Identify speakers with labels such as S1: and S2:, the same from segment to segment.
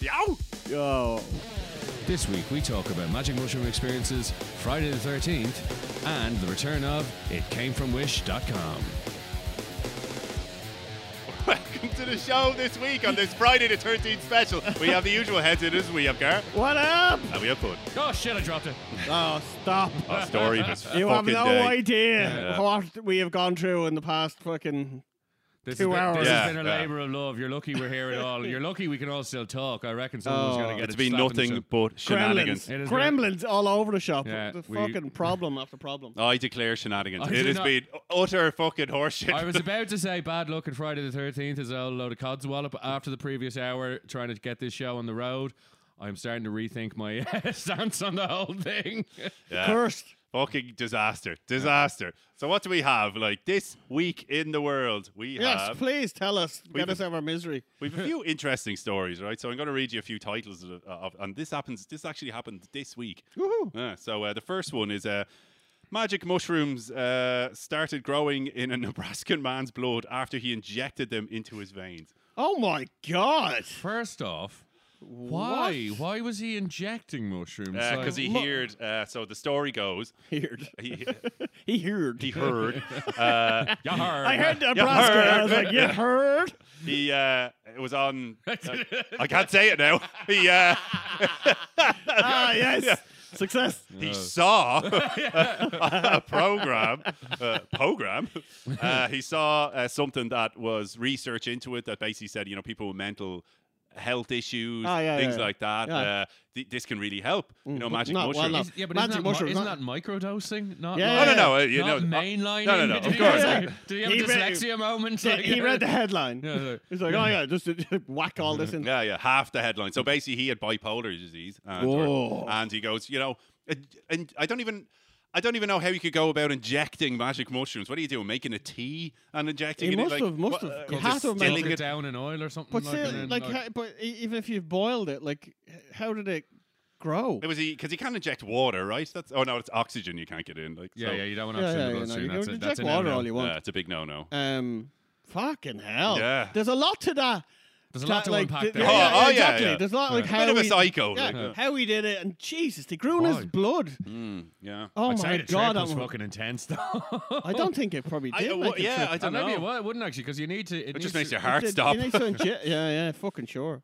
S1: Yo!
S2: Yo.
S3: This week we talk about Magic Mushroom Experiences, Friday the 13th, and the return of itcamefromwish.com.
S1: Welcome to the show this week on this Friday the 13th special. We have the usual heads in us. We have Gar
S2: What up?
S1: and we have Bud.
S3: Oh shit, I dropped it.
S2: Oh, stop.
S1: Our story was
S2: You have
S1: fucking
S2: no
S1: day.
S2: idea what we have gone through in the past fucking.
S3: This
S2: Two
S3: has been,
S2: hours.
S3: This
S1: Yeah,
S3: has been a
S1: yeah.
S3: labor of love. You're lucky we're here at all. You're lucky we can all still talk. I reckon someone's
S2: Oh.
S3: going to get
S1: It's
S3: a
S1: been
S3: slap in the
S1: nothing
S3: shin.
S1: but shenanigans.
S2: Gremlins.
S3: It is
S2: Gremlins all over the shop.
S3: Yeah,
S2: the
S3: we-
S2: fucking problem after problem.
S1: I declare shenanigans.
S3: I
S1: it
S3: do
S1: has
S3: not-
S1: been utter fucking horseshit.
S3: I was about to say bad luck on Friday the 13th is a whole load of codswallop after the previous hour trying to get this show on the road. I'm starting to rethink my stance on the whole thing.
S1: Yeah.
S2: Cursed.
S1: Fucking disaster. Disaster. So what do we have? Like this week in the world, we
S2: Yes,
S1: have
S2: please tell us.
S1: Uh,
S2: Get
S1: We've-
S2: us out of our misery.
S1: we've a few interesting stories, right? So I'm going to read you a few titles of, of and this happens this actually happened this week.
S2: Woohoo.
S1: Yeah, so uh, the first one is uh, magic mushrooms uh, started growing in a Nebraskan man's blood after he injected them into his veins.
S2: Oh my god.
S3: First off, why? Why was he injecting mushrooms? Like-
S1: Because Uh, he heard, uh, so the story goes,
S2: Heard.
S1: he,
S2: He heard.
S1: he heard uh,
S3: Yeah, her.
S2: I um, heard Nebraska. I was
S1: heard.
S2: like, you heard?
S1: he uh, it was on. I can't say it now. He uh,
S2: Ah, yes. Success.
S1: he saw a program, uh, program. Uh, he saw uh, something that was research into it that basically said, you know, people with mental health issues,
S2: Ah, yeah,
S1: things
S2: yeah, yeah.
S1: like that.
S2: Yeah. Mm,
S1: Uh, th- this can really help. You know,
S2: but
S1: magic
S2: not- well,
S1: mushrooms.
S2: not-
S3: Is- yeah, but
S2: Magic
S3: isn't, that,
S2: mushroom,
S3: mi- isn't that microdosing? Not
S2: Yeah,
S1: Oh
S3: like,
S1: no, no, uh, you
S3: not
S1: know, uh,
S3: mainlining.
S1: no, no, no,
S3: Did
S1: of
S3: he-
S1: course.
S3: Did he have
S2: He
S3: a
S2: read-
S3: dyslexia moment?
S2: He- he read the headline.
S3: Yeah, yeah.
S2: He's like, oh yeah, just whack all this in.
S1: Yeah, yeah, half the headline. So basically, he had bipolar disease, and,
S2: Whoa.
S1: and he goes, you know, and, and I don't even. I don't even know how you could go about injecting magic mushrooms. What are you doing? Making a tea and injecting
S2: He
S1: it?
S2: must
S1: like,
S2: have-
S1: what-
S2: must have.
S1: uh,
S2: He
S1: or
S2: has to have
S3: Milk
S1: distilling
S2: melted
S3: it
S1: it.
S3: down in oil or something.
S2: But
S3: like,
S2: still,
S3: and then,
S2: like, how, but e- even if you've boiled it, like, h- how did it grow?
S1: It was because he can't inject water, right? That's oh no, it's oxygen you can't get in. Like
S3: yeah,
S1: so,
S3: yeah, you don't want to
S2: yeah,
S3: have
S2: yeah,
S3: yeah,
S2: you know, you
S3: bloodstream.
S2: can
S3: That's it. That's
S2: inject
S3: a
S2: water
S3: no-no.
S2: all you
S1: Uh,
S2: want.
S1: it's a big no-no.
S2: Um, fucking hell.
S1: Yeah.
S2: There's a lot to that.
S3: There's a lot to
S2: like,
S3: unpack
S2: th-
S3: there.
S2: Yeah, yeah,
S1: Oh, oh, yeah,
S2: exactly.
S1: yeah.
S2: There's a lot like
S1: Yeah.
S2: how
S1: Bit of a
S2: he-
S1: psycho,
S2: Yeah,
S1: like, yeah.
S2: How he did it, and Jesus, they grew in his
S3: Why? Mm-hmm.
S2: blood.
S1: Mm, yeah.
S2: Oh
S3: I'd
S2: my
S3: say the
S2: god,
S3: trip was
S2: that one-
S3: fucking intense, though.
S2: I don't think it probably
S1: I,
S2: did.
S1: uh,
S2: make
S1: wha-
S2: a
S1: yeah,
S2: trip.
S1: I don't
S3: maybe it
S1: know.
S3: wa- it wouldn't actually, because you need to. It,
S1: It
S3: needs
S1: just makes
S3: to,
S1: your heart
S2: Did-
S1: stop.
S2: you know, so inje- yeah, yeah, fucking sure.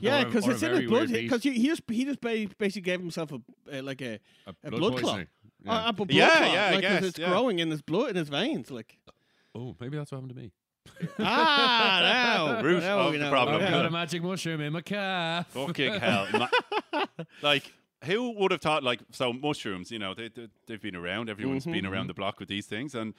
S2: Yeah,
S3: Or a-
S2: because
S3: or a
S2: it's in
S3: very
S2: his blood.
S3: weird beast.
S2: Because he, he just he just ba- basically gave himself a uh, like a,
S3: A
S2: a
S3: blood
S2: blood clot.
S3: poisoning.
S2: Uh,
S3: Yeah.
S2: a blood
S1: Yeah,
S2: clot,
S1: yeah, I
S2: like, 'cause
S1: guess,
S2: it's
S1: yeah.
S2: growing in his blood in his veins. Like
S3: Oh, maybe that's what happened to me.
S2: ah, now,
S1: Root
S2: now
S1: of
S2: we
S1: the
S2: know.
S1: problem.
S3: I've
S2: Yeah. Oh,
S3: got a magic mushroom in my calf.
S1: Fucking hell. Ma- like, who would have thought, like, so mushrooms, you know, they, they, they've been around. Everyone's
S3: Mm-hmm,
S1: been around the block with these things. And,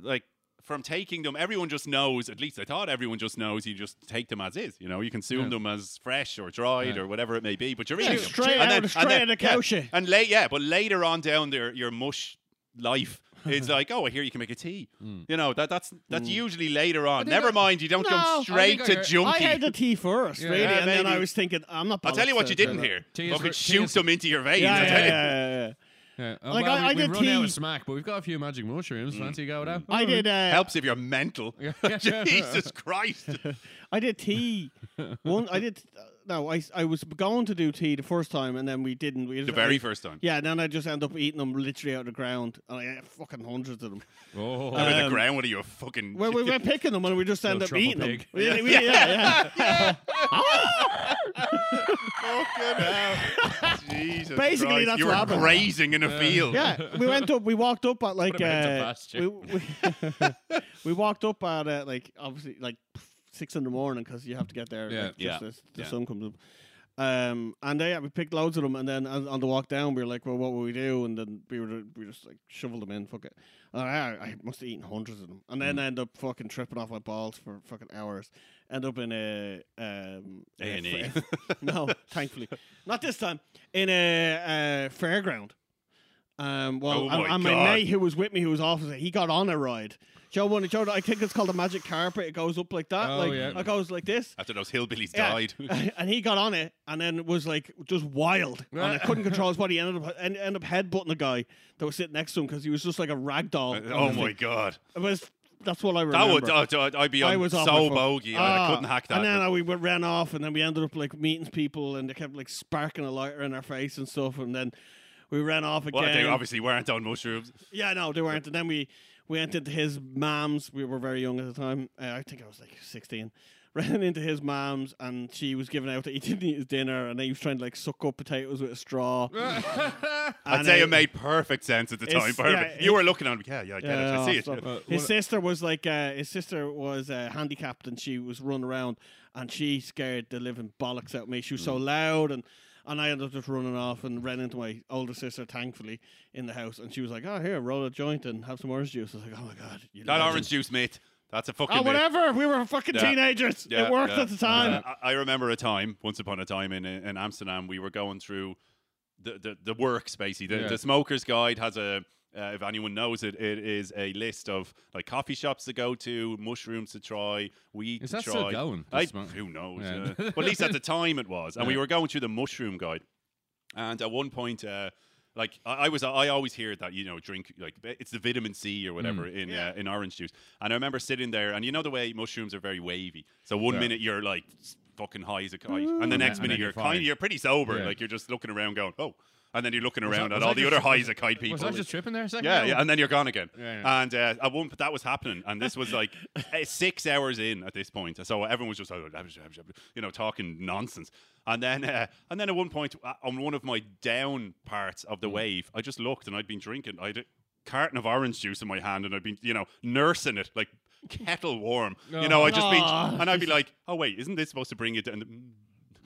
S1: like, from taking them, everyone just knows, at least I thought everyone just knows, you just take them as is. You know, you consume
S3: Yeah.
S1: them as fresh or dried
S3: Yeah.
S1: or whatever it may be, but you're
S2: Yeah,
S1: eating them.
S2: straight
S1: and
S2: out
S1: then,
S2: of- straight
S1: and
S2: out
S1: then,
S2: of
S1: yeah,
S2: cow shit.
S1: And late, yeah, but later on down there, your mush life. is like, oh, I hear you can make a tea. You know that that's that's usually later on.
S3: think
S1: Never
S3: Mm. I-
S1: mind, you don't
S3: No,
S1: come
S3: I
S1: straight
S3: think I
S1: to
S3: heard-
S1: junkie.
S2: I had the tea first, really,
S1: Yeah,
S2: and then
S1: maybe.
S2: I was thinking, I'm not.
S1: I'll tell you what you
S2: bothered
S1: didn't
S2: to do that.
S1: hear.
S3: Tea is
S1: Fucking
S3: for- tea
S1: shoot
S3: is-
S1: them into your veins.
S2: Yeah,
S1: I
S2: yeah,
S1: tell
S2: yeah,
S1: you.
S2: yeah, yeah.
S3: Yeah. Oh,
S2: Like,
S3: well,
S2: I-
S3: we,
S2: I
S3: we've
S2: did
S3: run out
S2: tea.
S3: of smack, but we've got a few magic mushrooms.
S1: Mm.
S3: Fancy going out?
S2: I did. Uh,
S1: Helps if you're mental. Jesus Christ.
S2: I did tea. One, I did. No, I, I was going to do tea the first time, and then we didn't. We
S1: The very first time.
S2: Yeah, and then I just end up eating them literally out of the ground, and I ate fucking hundreds of them.
S3: Oh,
S1: Out of
S2: Um,
S1: the ground, what are you a fucking?
S2: Well, we went picking them, and we just end up
S3: Little
S2: eating
S3: truffle
S2: them.
S3: pig.
S2: We- we- yeah, yeah.
S1: fucking hell. Jesus
S2: Basically,
S1: Christ.
S2: that's
S1: you were
S2: what happened.
S1: grazing in a field.
S2: Yeah, we went up. We walked up at like
S3: Put 'em into
S2: uh, we,
S3: pasture.
S2: we, we walked up at uh, like obviously like six in the morning because you have to get there.
S3: Yeah.
S2: like, just
S1: Yeah.
S2: as the
S1: Yeah.
S2: sun comes up. Um, and they, yeah, we picked loads of them, and then on, on the walk down, we were like, "Well, what will we do?" And then we were we just like shoveled them in. Fuck it. And I, I must have eaten hundreds of them, and then I end up fucking tripping off my balls for fucking hours. End up in a um a
S1: A&E.
S2: fa- no, thankfully, not this time in a, uh fairground. Um, well,
S1: Oh
S2: and,
S1: my
S2: and
S1: God.
S2: my mate who was with me, who was officer, he got on a ride. Joe one, Joe, I think it's called the magic carpet. It goes up like that,
S3: Oh,
S2: like
S3: yeah.
S2: it goes like this.
S1: After those hillbillies
S2: Yeah.
S1: died.
S2: and he got on it, and then was like just wild, and I couldn't control his body. He ended up en- ended up headbutting a guy that was sitting next to him because he was just like a rag doll.
S1: oh my God.
S2: It was that's what I
S1: Uh, oh That
S2: remember.
S1: would I'd, I'd be on
S2: I was off my
S1: so
S2: fuck-
S1: bogey. I, I
S2: Ah,
S1: couldn't hack that.
S2: And then
S1: but-
S2: uh, we went- ran off, and then we ended up like meeting people, and they kept like sparking a lighter in our face and stuff. And then we ran off again.
S1: well, they obviously weren't on mushrooms.
S2: Yeah, no, they weren't. And then we went into his mom's. We were very young at the time. Uh, I think I was like 16. Ran into his mom's, and she was giving out that he didn't eat his dinner, and he was trying to like suck up potatoes with a straw.
S1: I'd
S2: And
S1: say
S2: I-
S1: it made perfect sense at the
S2: It's-
S1: time. Perfect.
S2: yeah,
S1: you
S2: it-
S1: were looking at me. Yeah, yeah, I get
S2: Yeah,
S1: it. I see it.
S2: stop.
S1: Yeah.
S2: His
S3: what-
S2: sister was like, uh, his sister was uh, handicapped, and she was running around, and she scared the living bollocks out of me. She was so loud, and and I ended up just running off and ran into my older sister, thankfully, in the house, and she was like, "Oh, here, roll a joint and have some orange juice." I was like, "Oh my god, you
S1: That
S2: legend."
S1: orange juice, mate. That's a fucking.
S2: Oh,
S1: myth.
S2: whatever. We were fucking
S1: Yeah.
S2: teenagers.
S1: Yeah,
S2: it worked
S1: yeah.
S2: at the time.
S1: I- I remember a time, once upon a time in in Amsterdam, we were going through the the, the works basically. The,
S3: Yeah.
S1: the Smokers Guide has a. Uh, if anyone knows it, it is a list of like coffee shops to go to, mushrooms to try, weed
S3: Is
S1: to
S3: that
S1: try.
S3: still going? The
S1: I-
S3: Smo-
S1: who knows?
S3: Yeah.
S1: uh, but at least at the time it was, and we
S3: Yeah.
S1: were going through the mushroom guide. And at one point, uh, like I, I was, I always hear that you know drink like it's the vitamin C
S3: Mm.
S1: or whatever in uh, in orange juice. And I remember sitting there, and you know the way mushrooms are very wavy. So one
S3: Yeah.
S1: minute you're like s- fucking high as a kite, and the next
S3: and then
S1: minute
S3: you're
S1: you're kind,
S3: fine.
S1: of you're pretty sober.
S3: Yeah.
S1: Like you're just looking around, going, oh. And then you're looking around
S3: I-
S1: at
S3: was
S1: all
S3: I
S1: the
S3: just-
S1: other high as a kite people.
S3: Was I just tripping there a second?
S1: Yeah,
S3: ago?
S1: yeah, and then you're gone again.
S3: Yeah, yeah.
S1: And uh, at one, but that was happening, and this was like eh, six hours in at this point. So everyone was just, oh, you know, talking nonsense. And then, uh, and then at one point uh, on one of my down parts of the
S2: Mm.
S1: wave, I just looked and I'd been drinking. I had a carton of orange juice in my hand, and I'd been, you know, nursing it like kettle warm. You know, I just
S2: Aw.
S1: been, and I'd be like, oh wait, isn't this supposed to bring you down? And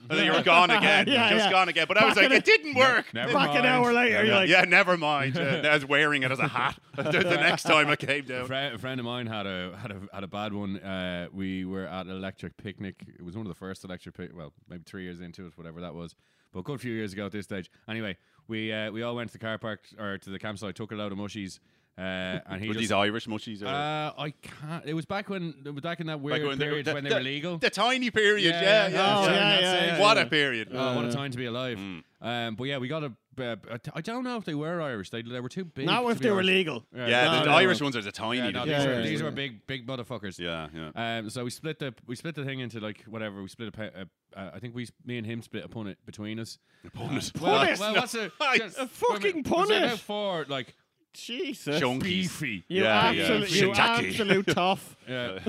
S1: then you were gone again,
S2: Yeah,
S1: just
S2: yeah.
S1: gone again. But I was
S2: Back
S1: like,
S2: in
S1: it didn't work.
S3: never
S1: It
S2: Back an hour
S3: Mind.
S2: later,
S1: yeah,
S2: you're
S1: yeah,
S2: like,
S1: yeah, never mind. Uh, I was wearing it as a hat the next time I came
S3: A
S1: down.
S3: friend, a friend of mine had a had a had a bad one. Uh, we were at an electric picnic. It was one of the first electric pic. Well, maybe three years into it, whatever that was. But a good few years ago at this stage. Anyway, we uh, we all went to the car park or to the campsite. Took a load of mushies. Uh, and he
S1: Were
S3: just,
S1: these Irish mushies? Or?
S3: uh, I can't. It was back when back in that
S1: Like
S3: weird
S1: when they were-
S3: period
S1: the-
S3: when they
S1: the-
S3: were legal.
S1: The tiny period, yeah, yeah.
S3: Yeah, Oh, yeah,
S2: Oh, yeah,
S1: yeah.
S2: yeah, yeah,
S1: what
S2: yeah.
S1: a period.
S3: Oh, what a time to be alive!
S1: mm.
S3: Um, but yeah, we got a. Uh, a t- I don't know if they were Irish. They, they were too big.
S2: Now,
S3: to
S2: if
S3: be
S2: they were
S3: Irish.
S2: legal.
S1: yeah,
S2: No,
S1: the
S2: no,
S1: Irish
S2: no.
S1: ones are the tiny.
S3: Yeah, no,
S1: little
S3: these,
S2: Yeah,
S3: were,
S2: yeah,
S3: these
S2: yeah.
S3: were big, big motherfuckers.
S1: yeah, yeah.
S3: Um, so we split the we split the thing into like whatever we split a, pa- a, a I think we me and him split a punnet between us.
S1: Bonus.
S3: Well,
S2: Punnet?
S3: well,
S1: No.
S3: what's a,
S1: Nice.
S3: just-
S2: A fucking
S3: wait a minute, was it
S2: punnet.
S3: about four like
S2: Jesus.
S1: Junkies.
S3: beefy.
S2: You,
S1: Yeah, yeah.
S2: absolute, you
S1: Shiitake.
S2: absolute tough.
S3: Yeah.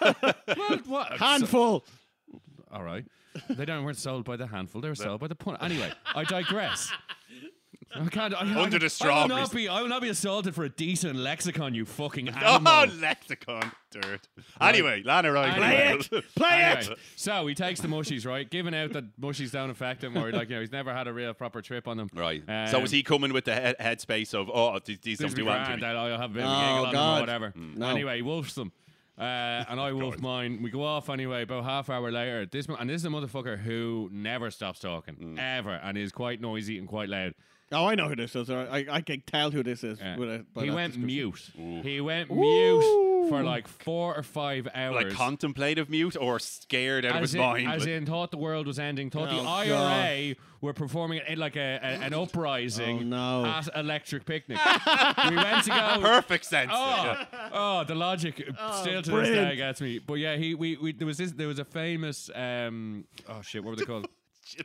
S3: well, what?
S1: uh,
S2: Handful.
S3: so- all right. They don't weren't sold by the handful. They were sold by the punnet. Anyway, I digress. I can't, I, I,
S1: Under the
S3: I will,
S1: strawberries.
S3: not be, I will not be assaulted for a decent lexicon, you fucking animal.
S1: Oh, lexicon dirt. Anyway, Lana Ryan.
S3: Play
S1: it.
S2: Play
S3: Anyway,
S2: it.
S3: so he takes the mushies, right? Giving out that mushies don't affect him, or like you know, he's never had a real proper trip on them.
S1: Right. so
S3: Um,
S1: was he coming with the head, headspace of oh these, these
S3: These
S1: don't
S3: be
S1: do
S3: grand,
S1: anything?
S3: that I'll have a bit of a
S2: Oh,
S3: giggle on them or
S2: God. Mm.
S3: whatever.
S2: No.
S3: Anyway, he wolfs them. Uh, and I wolf mine. We go off anyway. About half hour later, this mo- and this is a motherfucker who never stops talking
S1: Mm.
S3: ever, and is quite noisy and quite loud.
S2: Oh, I know who this is. I, I can tell who this is.
S3: Yeah.
S2: with a- uh, by
S3: Uh, he
S2: that
S3: went
S2: description.
S3: mute. He went
S2: Ooh.
S3: mute for like four or five hours.
S1: Like contemplative mute or scared out of
S3: as
S1: his
S3: in,
S1: mind?
S3: as
S1: Like-
S3: in thought the world was ending, thought
S2: Oh,
S3: the IRA were performing a- like a, a- an uprising
S2: Oh, no.
S3: at Electric Picnic. we went to go.
S1: Perfect sense.
S3: Oh, oh, the logic still to this day
S2: brilliant.
S3: gets me. But yeah, he we, we there was this there was a famous um oh shit what were they called?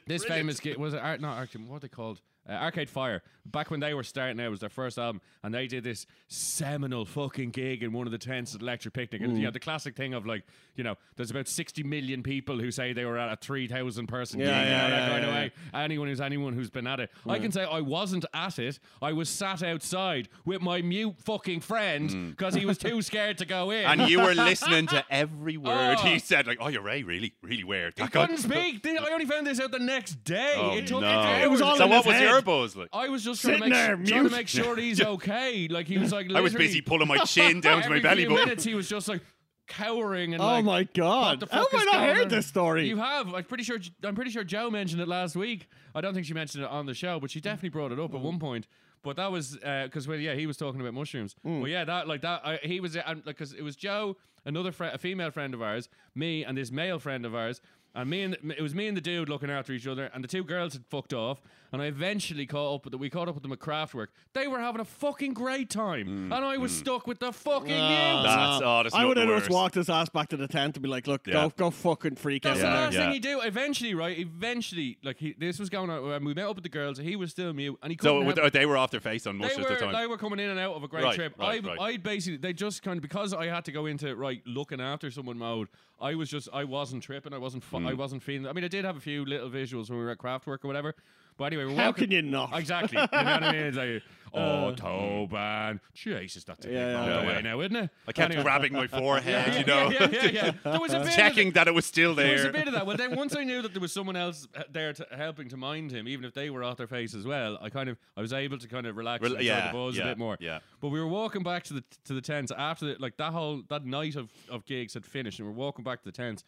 S3: this famous game was it Ar- not Arcade, what were they called? Uh, Arcade Fire. Back when they were starting out, it was their first album, and they did this seminal fucking gig in one of the tents at Electric Picnic. And
S2: Mm.
S3: you know the classic thing of like, you know, there's about sixty million people who say they were at a three thousand person
S2: Yeah,
S3: gig. you
S2: yeah,
S3: know, that
S2: yeah,
S3: kind of
S2: yeah,
S3: way. Anyone who's anyone who's been at it, I can say I wasn't at it. I was sat outside with my mute fucking friend because he was too scared to go in.
S1: Mm. and you were listening to every word
S3: Oh.
S1: he said. Like, oh, you're right, really, really weird.
S3: he
S1: That guy-
S3: couldn't speak. Did- I only found this out the next day.
S1: Oh,
S3: it took
S1: no.
S3: hours.
S2: It was all
S1: so
S2: in
S1: what
S2: his
S1: was
S2: head.
S1: your buzz like?
S3: I was just trying to,
S2: Sitting
S3: make,
S2: there,
S3: trying to
S2: mute.
S3: make sure he's okay. Like he was like
S1: I was busy
S3: literally-
S1: pulling my chin down to my
S3: every
S1: belly
S3: few
S1: button.
S3: minutes he was just like cowering and
S2: Oh,
S3: like,
S2: my
S3: "What
S2: God.
S3: the
S2: How
S3: fuck
S2: have I
S3: is
S2: not
S3: going
S2: heard
S3: on?"
S2: this story? Ah.
S3: You have. I'm pretty sure. I'm pretty sure Joe mentioned it last week. I don't think she mentioned it on the show, but she definitely brought it
S2: Mm.
S3: up at one point. But that was because when yeah he was talking about mushrooms.
S2: Mm.
S3: But yeah, that like that I, he was uh, and, like because it was Joe, another friend, a female friend of ours, me, and this male friend of ours. And me and it was me and the dude looking after each other, and the two girls had fucked off. And I eventually caught up with them. We caught up with them at Kraftwerk. They were having a fucking great time,
S2: Mm.
S3: and I was stuck with the fucking
S2: Ah,
S3: youths.
S1: That's- oh, that's
S2: I
S1: not
S2: would
S1: the
S2: have just
S1: worst.
S2: walked his ass back to the tent and be like, "Look,
S1: Yeah.
S2: go, go, fucking freak
S3: That's
S2: out."
S3: the
S1: Yeah.
S3: last
S1: Yeah.
S3: thing he do. Eventually, right? Eventually, like he, this was going on. When we met up with the girls, he was still mute, and he
S1: So
S3: couldn't.
S1: with-
S3: help-
S1: they were off their face on most
S3: they
S1: of the
S3: were
S1: time.
S3: they were coming in and out of a great
S1: Right,
S3: trip.
S1: right,
S3: I
S1: right.
S3: I basically they just kind of because I had to go into right looking after someone mode. I was just I wasn't tripping. I wasn't fu-
S1: Mm.
S3: I wasn't feeling. I mean, I did have a few little visuals when we were at Kraftwerk or whatever. But anyway, we're
S2: How
S3: walking-
S2: can you not?
S3: Exactly. You know what I mean? It's like, oh, Toban. Jesus, that's a big
S2: Yeah,
S3: yeah,
S1: Uh, yeah,
S3: away
S1: yeah.
S3: now, isn't it?
S1: I kept
S3: Anyway.
S1: grabbing my forehead,
S3: Yeah,
S1: you know,
S3: yeah, yeah, yeah, yeah. There was a bit of-
S1: checking that it was still
S3: there was
S1: there.
S3: a bit of that. Well, then once I knew that there was someone else uh, there to, helping to mind him, even if they were off their face as well, I kind of I was able to kind of relax
S1: Rel-
S3: and enjoy
S1: yeah,
S3: the buzz
S1: yeah,
S3: a bit more.
S1: yeah.
S3: But we were walking back to the to the tents after the, like that whole that night of, of gigs had finished, and we are walking back to the tents.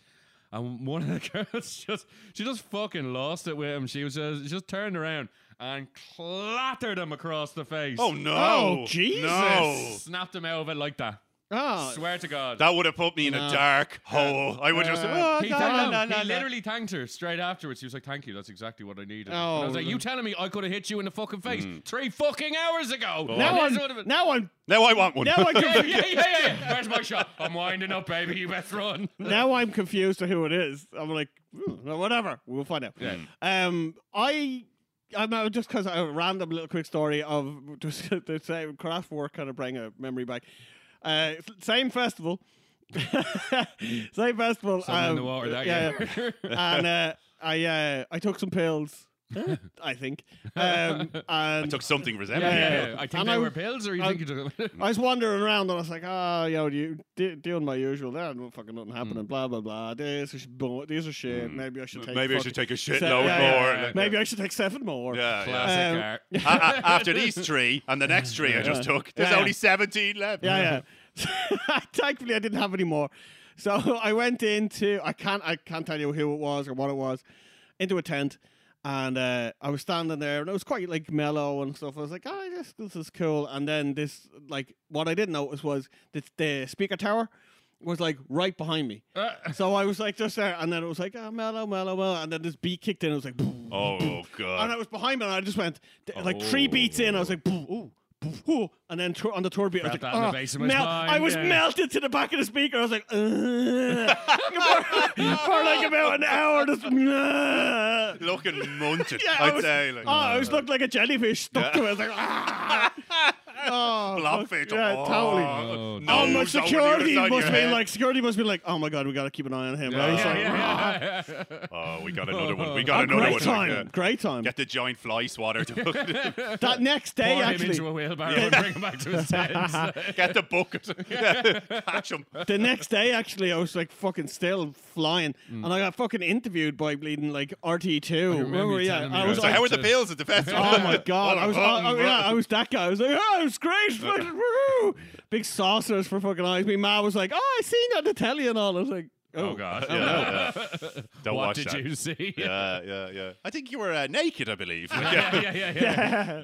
S3: And one of the girls just she just fucking lost it with him. She was just, she just turned around and clattered him across the face.
S1: Oh no!
S2: Oh, Jesus.
S1: No.
S3: Snapped him out of it like that.
S2: Oh,
S3: Swear to God.
S1: That would have put me in a
S2: No.
S1: dark hole. I would have just.
S2: Uh,
S1: Oh,
S3: He,
S1: no,
S3: thanked-
S1: no, no,
S3: he
S1: no, no."
S3: literally thanked her straight afterwards. He was like, "Thank you, that's exactly what I needed." and
S2: Oh,
S3: I was like,
S2: then-
S3: "You telling me I could have hit you in the fucking face
S1: Mm.
S3: three fucking hours ago?"
S2: now
S3: This
S2: I'm,
S3: would've been-
S2: now I'm,
S1: Now I want one.
S2: now I
S3: yeah,
S2: can,
S3: yeah, yeah, yeah, yeah. Where's my shot? I'm winding up, baby. You best run.
S2: now I'm confused to who it is. I'm like, "Hmm, well, whatever, we'll find out.
S3: Yeah.
S2: Um, I. I'm uh, just because a random little quick story of just the same Kraftwerk kind of bring a memory back. Uh, s- same festival, same festival.
S3: Something in
S2: um,
S3: the water that
S2: yeah, yeah.
S3: year.
S2: and uh, I uh, I took some pills, I think. Um, and I,
S1: I took something resembling
S2: Yeah,
S1: it.
S2: yeah,
S3: Yeah,
S2: yeah.
S3: I think
S2: And
S3: they
S2: I-
S3: were pills, or you
S2: I-
S3: think you took them?
S2: was wandering around and I was like, oh, yo, you do, doing my usual. There, no fucking
S1: Hmm.
S2: nothing happening. Blah blah blah. This is bo- these are shit. Maybe I should take.
S1: Maybe I should
S2: fucking-
S1: take a shitload
S2: yeah, yeah,
S1: more.
S3: yeah.
S1: Like,
S2: Maybe I should take seven more.
S1: yeah, yeah.
S3: Classic
S2: Um,
S3: art.
S1: A- a- After these three and the next three I just took, there's
S2: Yeah.
S1: only 17 left.
S2: Yeah, yeah. Thankfully, I didn't have any more. So I went into I can't I can't tell you who it was or what it was, into a tent, and uh, I was standing there and it was quite like mellow and stuff. I was like, oh, this this is cool. And then this like what I didn't notice was that the speaker tower was like right behind me.
S3: Uh,
S2: So I was like just there, and then it was like oh, mellow, mellow, mellow, and then this beat kicked in. It was like, boom,
S1: Oh,
S2: boom. and I
S1: God.
S2: was behind me, and I just went th- like three
S3: Oh.
S2: beats in. I was like, "Boo, ooh, boo, ooh," and then tw- on the tour beat, I was
S3: Felt
S2: like,
S3: that in the
S2: "Ah,
S3: base of my spine,
S2: I was
S3: yeah.
S2: melted to the back of the speaker. I was like, "Ugh." for, for like about an hour, just. "Ugh."
S1: Looking munted,
S2: Yeah, I
S1: I'd
S2: was,
S1: say. Like,
S2: oh, I was looked like a jellyfish stuck
S1: Yeah.
S2: to it. I was like, ah. oh,
S1: Blobfish.
S2: fuck, Yeah,
S1: oh,
S2: totally.
S3: Oh,
S1: nose
S3: no.
S2: Oh,
S1: over
S2: my
S1: the
S2: security
S1: side of
S2: must
S1: your
S2: be
S1: head.
S2: like security must be like, oh my god, we gotta keep an eye on him. I
S3: Yeah,
S2: was
S3: yeah,
S2: like,
S3: yeah, yeah.
S1: Oh, we got another one. We got
S2: "Ah,
S1: another
S2: great
S1: one.
S2: time,
S1: Like, uh,
S2: great time.
S1: Get the giant fly swatter to
S2: that next day,
S3: Pour him
S2: actually,
S3: into a wheelbarrow and bring him back to his tent.
S1: get the bucket. Yeah, catch him.
S2: the next day, actually, I was like fucking still flying, and I got fucking interviewed by bleeding like RT two.
S3: remember you
S2: yeah,
S3: telling me
S2: I
S3: that.
S2: was
S1: So
S3: like
S1: how were the
S3: to-
S1: pills at the festival?
S2: Oh my god!
S1: What a
S2: I was,
S1: bum,
S2: I, I,
S1: bro.
S2: yeah, I was that guy. I was like, oh, it was great, fucking woo! Big saucers for fucking eyes. Me ma was like, oh, I seen that on the telly and all. I was like, oh,
S3: Oh God!
S1: Yeah, Don't
S3: what
S1: watch
S3: did
S1: that.
S3: you see?
S1: Yeah, yeah, yeah. I think you were uh, naked, I believe. Like,
S3: yeah, yeah, yeah, yeah.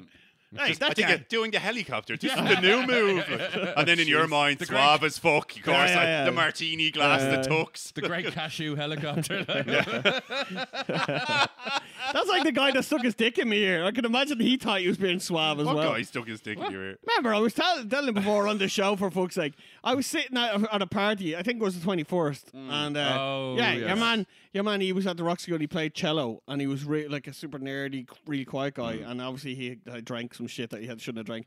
S1: just- I
S2: that
S1: think
S2: guy.
S1: uh, doing the helicopter. This is the new move. Like, and then in your mind,
S3: The
S1: suave as fuck. Of course,
S2: yeah,
S1: like,
S2: yeah. Uh,
S1: the martini glass,
S2: Yeah,
S1: the
S2: yeah.
S1: tux.
S3: The great cashew helicopter.
S2: that's like the guy that stuck his dick in my ear. I can imagine he thought he was being suave as
S1: What
S2: well.
S1: guy stuck his dick in your ear?
S2: Remember, I was tell- telling him before on the show, for fuck's sake, I was sitting at, at a party, I think it was the 21st,
S1: Mm.
S2: and uh,
S3: Oh,
S2: yeah, your
S3: yes.
S2: man, your man, he was at the Roxy and he played cello, and he was re- like a super nerdy, really quiet guy,
S1: Mm.
S2: and obviously he had- had drank some shit that he had, shouldn't have drank,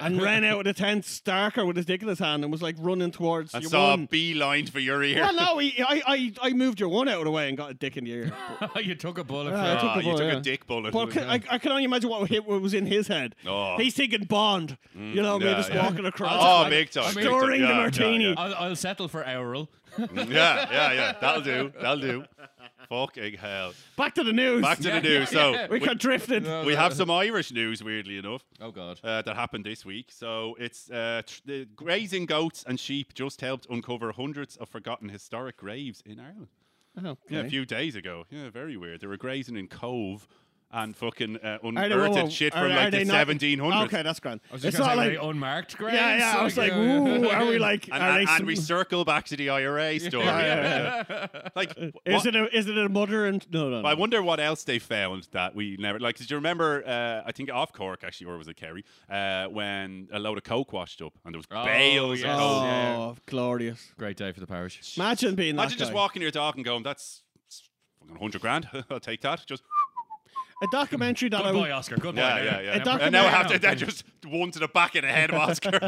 S2: and ran out of the tent starker with his dick in his hand and was like running towards
S1: I
S2: your
S1: saw a
S2: one.
S1: beeline for your ear.
S2: Well, no, he, I, I, I moved your one out of the way and got a dick in the ear.
S3: you took a bullet
S2: Yeah, I
S1: Ah,
S3: for
S2: took
S3: it.
S2: the
S1: you
S2: ball,
S1: took
S2: yeah.
S1: a dick bullet.
S2: Well, c- I, I can only imagine what, hit, what was in his head.
S1: Oh. Mm,
S2: He's thinking Bond, you know, me
S1: yeah,
S2: just
S1: yeah.
S2: walking across.
S1: oh,
S2: like,
S1: big time. big time.
S2: stirring
S1: Yeah,
S2: the
S1: yeah,
S2: martini.
S1: yeah.
S3: I'll, I'll settle for aural.
S1: yeah, yeah, yeah. That'll do. That'll do. Fucking hell.
S2: Back to the news.
S1: Back to
S3: Yeah,
S1: the news. So
S3: yeah.
S2: we
S1: we,
S2: got drifted.
S1: we have some Irish news, weirdly enough,
S3: Oh God!
S1: uh, that happened this week. So it's uh, tr- the grazing goats and sheep just helped uncover hundreds of forgotten historic graves in Ireland.
S2: Oh,
S1: Yeah, a
S2: okay.
S1: few days ago. Yeah, very weird. They were grazing in Cove. and fucking uh,
S2: Are they- whoa,
S1: unearthed
S2: whoa,
S1: shit
S2: are-
S1: from
S2: are
S1: like
S2: they
S1: the
S2: not-
S1: seventeen hundreds.
S2: Okay, that's grand.
S3: I was
S2: it's
S3: just
S2: not
S3: gonna say,
S2: like
S3: were they unmarked graves?
S2: yeah, yeah. I was like,
S3: uh,
S2: ooh, are we like?
S1: And,
S2: are
S1: and,
S2: they
S1: and we
S2: some-
S1: circle back to the IRA story.
S2: yeah,
S1: Like,
S2: Is
S1: what-
S2: it a is it a mother and no no? no.
S1: I wonder what else they found that we never like. Did you remember? Uh, I think off Cork actually, or was it Kerry? Uh, when a load of coke washed up and there was
S3: Oh,
S1: bales
S3: yes.
S1: of coke.
S2: Oh,
S3: Yeah.
S2: glorious!
S3: Great day for the parish.
S2: Imagine being that
S1: Imagine just
S2: guy.
S1: walking your dog and going, "That's that's fucking hundred grand. I'll take that." Just
S2: a documentary that I
S3: Good
S2: was,
S3: boy, Oscar. Good boy.
S1: yeah, yeah, yeah.
S2: document-
S1: And now I have to then just one to the back of the head of Oscar.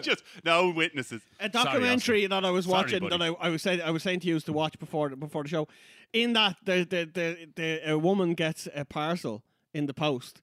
S1: just no witnesses.
S2: a documentary that I was
S1: Sorry,
S2: watching
S1: buddy.
S2: that I, I was saying I was saying to you to watch before the, before the show. In that the the, the, the a woman gets a parcel in the post,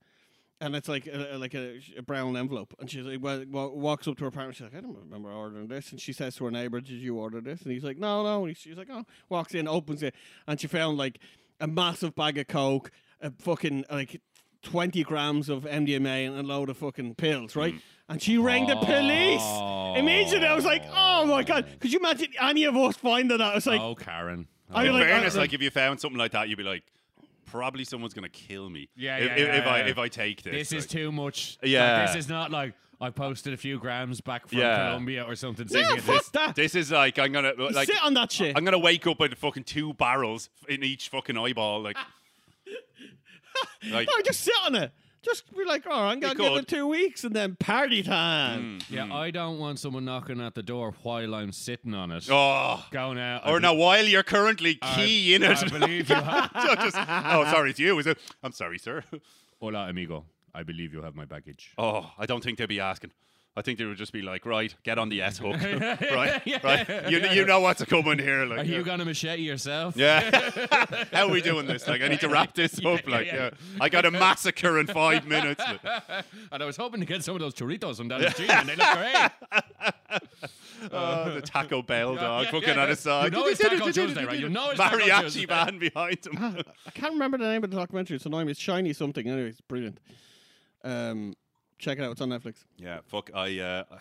S2: and it's like a, a- like a, a brown envelope, and she's like well, wa- walks up to her parents. She's like, I don't remember ordering this, and she says to her neighbor, Did you order this? And he's like, No, no. And she's like, Oh, walks in, opens it, and she found like a massive bag of coke, a fucking like. 20 grams of MDMA and a load of fucking pills, right? And she rang the
S3: Oh.
S2: police immediately. I was like, oh my god, could you imagine any of us finding that? It's like,
S3: Oh, Karen.
S2: I
S1: In
S2: like-
S1: fairness,
S2: I-
S1: like if you found something like that, you'd be like, "Probably someone's gonna kill me."
S3: Yeah,
S1: if,
S3: yeah,
S1: if,
S3: yeah,
S1: if I
S3: yeah.
S1: if I take this,
S3: this is
S1: like-
S3: too much. Like,
S1: Yeah.
S3: this is not like I posted a few grams back from
S1: Yeah.
S3: Colombia or something.
S2: yeah,
S3: singing
S2: fuck
S3: this.
S2: that.
S1: This is like I'm gonna like
S2: Sit on that shit.
S1: I'm gonna wake up with fucking two barrels in each fucking eyeball. Like, like
S2: no, just sit on it. Just be like, oh, I'm gonna give
S1: could.
S2: it two weeks and then party time.
S3: Yeah, I don't want someone knocking at the door while I'm sitting on it.
S1: oh,
S3: Going out. I
S1: or now while you're currently key in
S3: be-
S1: it.
S3: I believe you have.
S1: Just- oh, sorry, it's you. Is it? I'm sorry, sir.
S3: Hola, amigo. I believe you have my baggage.
S1: Oh, I don't think they'd be asking. I think they would just be like, right, get on the S hook, right, right. You, you know what's coming here, like.
S3: Are you going to machete yourself?
S1: yeah, how are we doing this? Like, I need to wrap this up. Like,
S3: yeah,
S1: yeah,
S3: yeah.
S1: I got a massacre in five minutes. Like,
S3: And I was hoping to get some of those churritos from down the street, and they look great.
S1: oh, the Taco Bell dog,
S3: yeah,
S1: fucking
S3: yeah.
S1: on his side.
S3: You know it's Taco Tuesday, right? You know it's Taco Tuesday.
S1: mariachi
S3: Ah.
S1: band behind him.
S2: Ah, I can't remember the name of the documentary. It's annoying. It's shiny something. Anyway, it's brilliant. Um, check it out. It's on Netflix.
S1: Yeah, fuck. I, uh,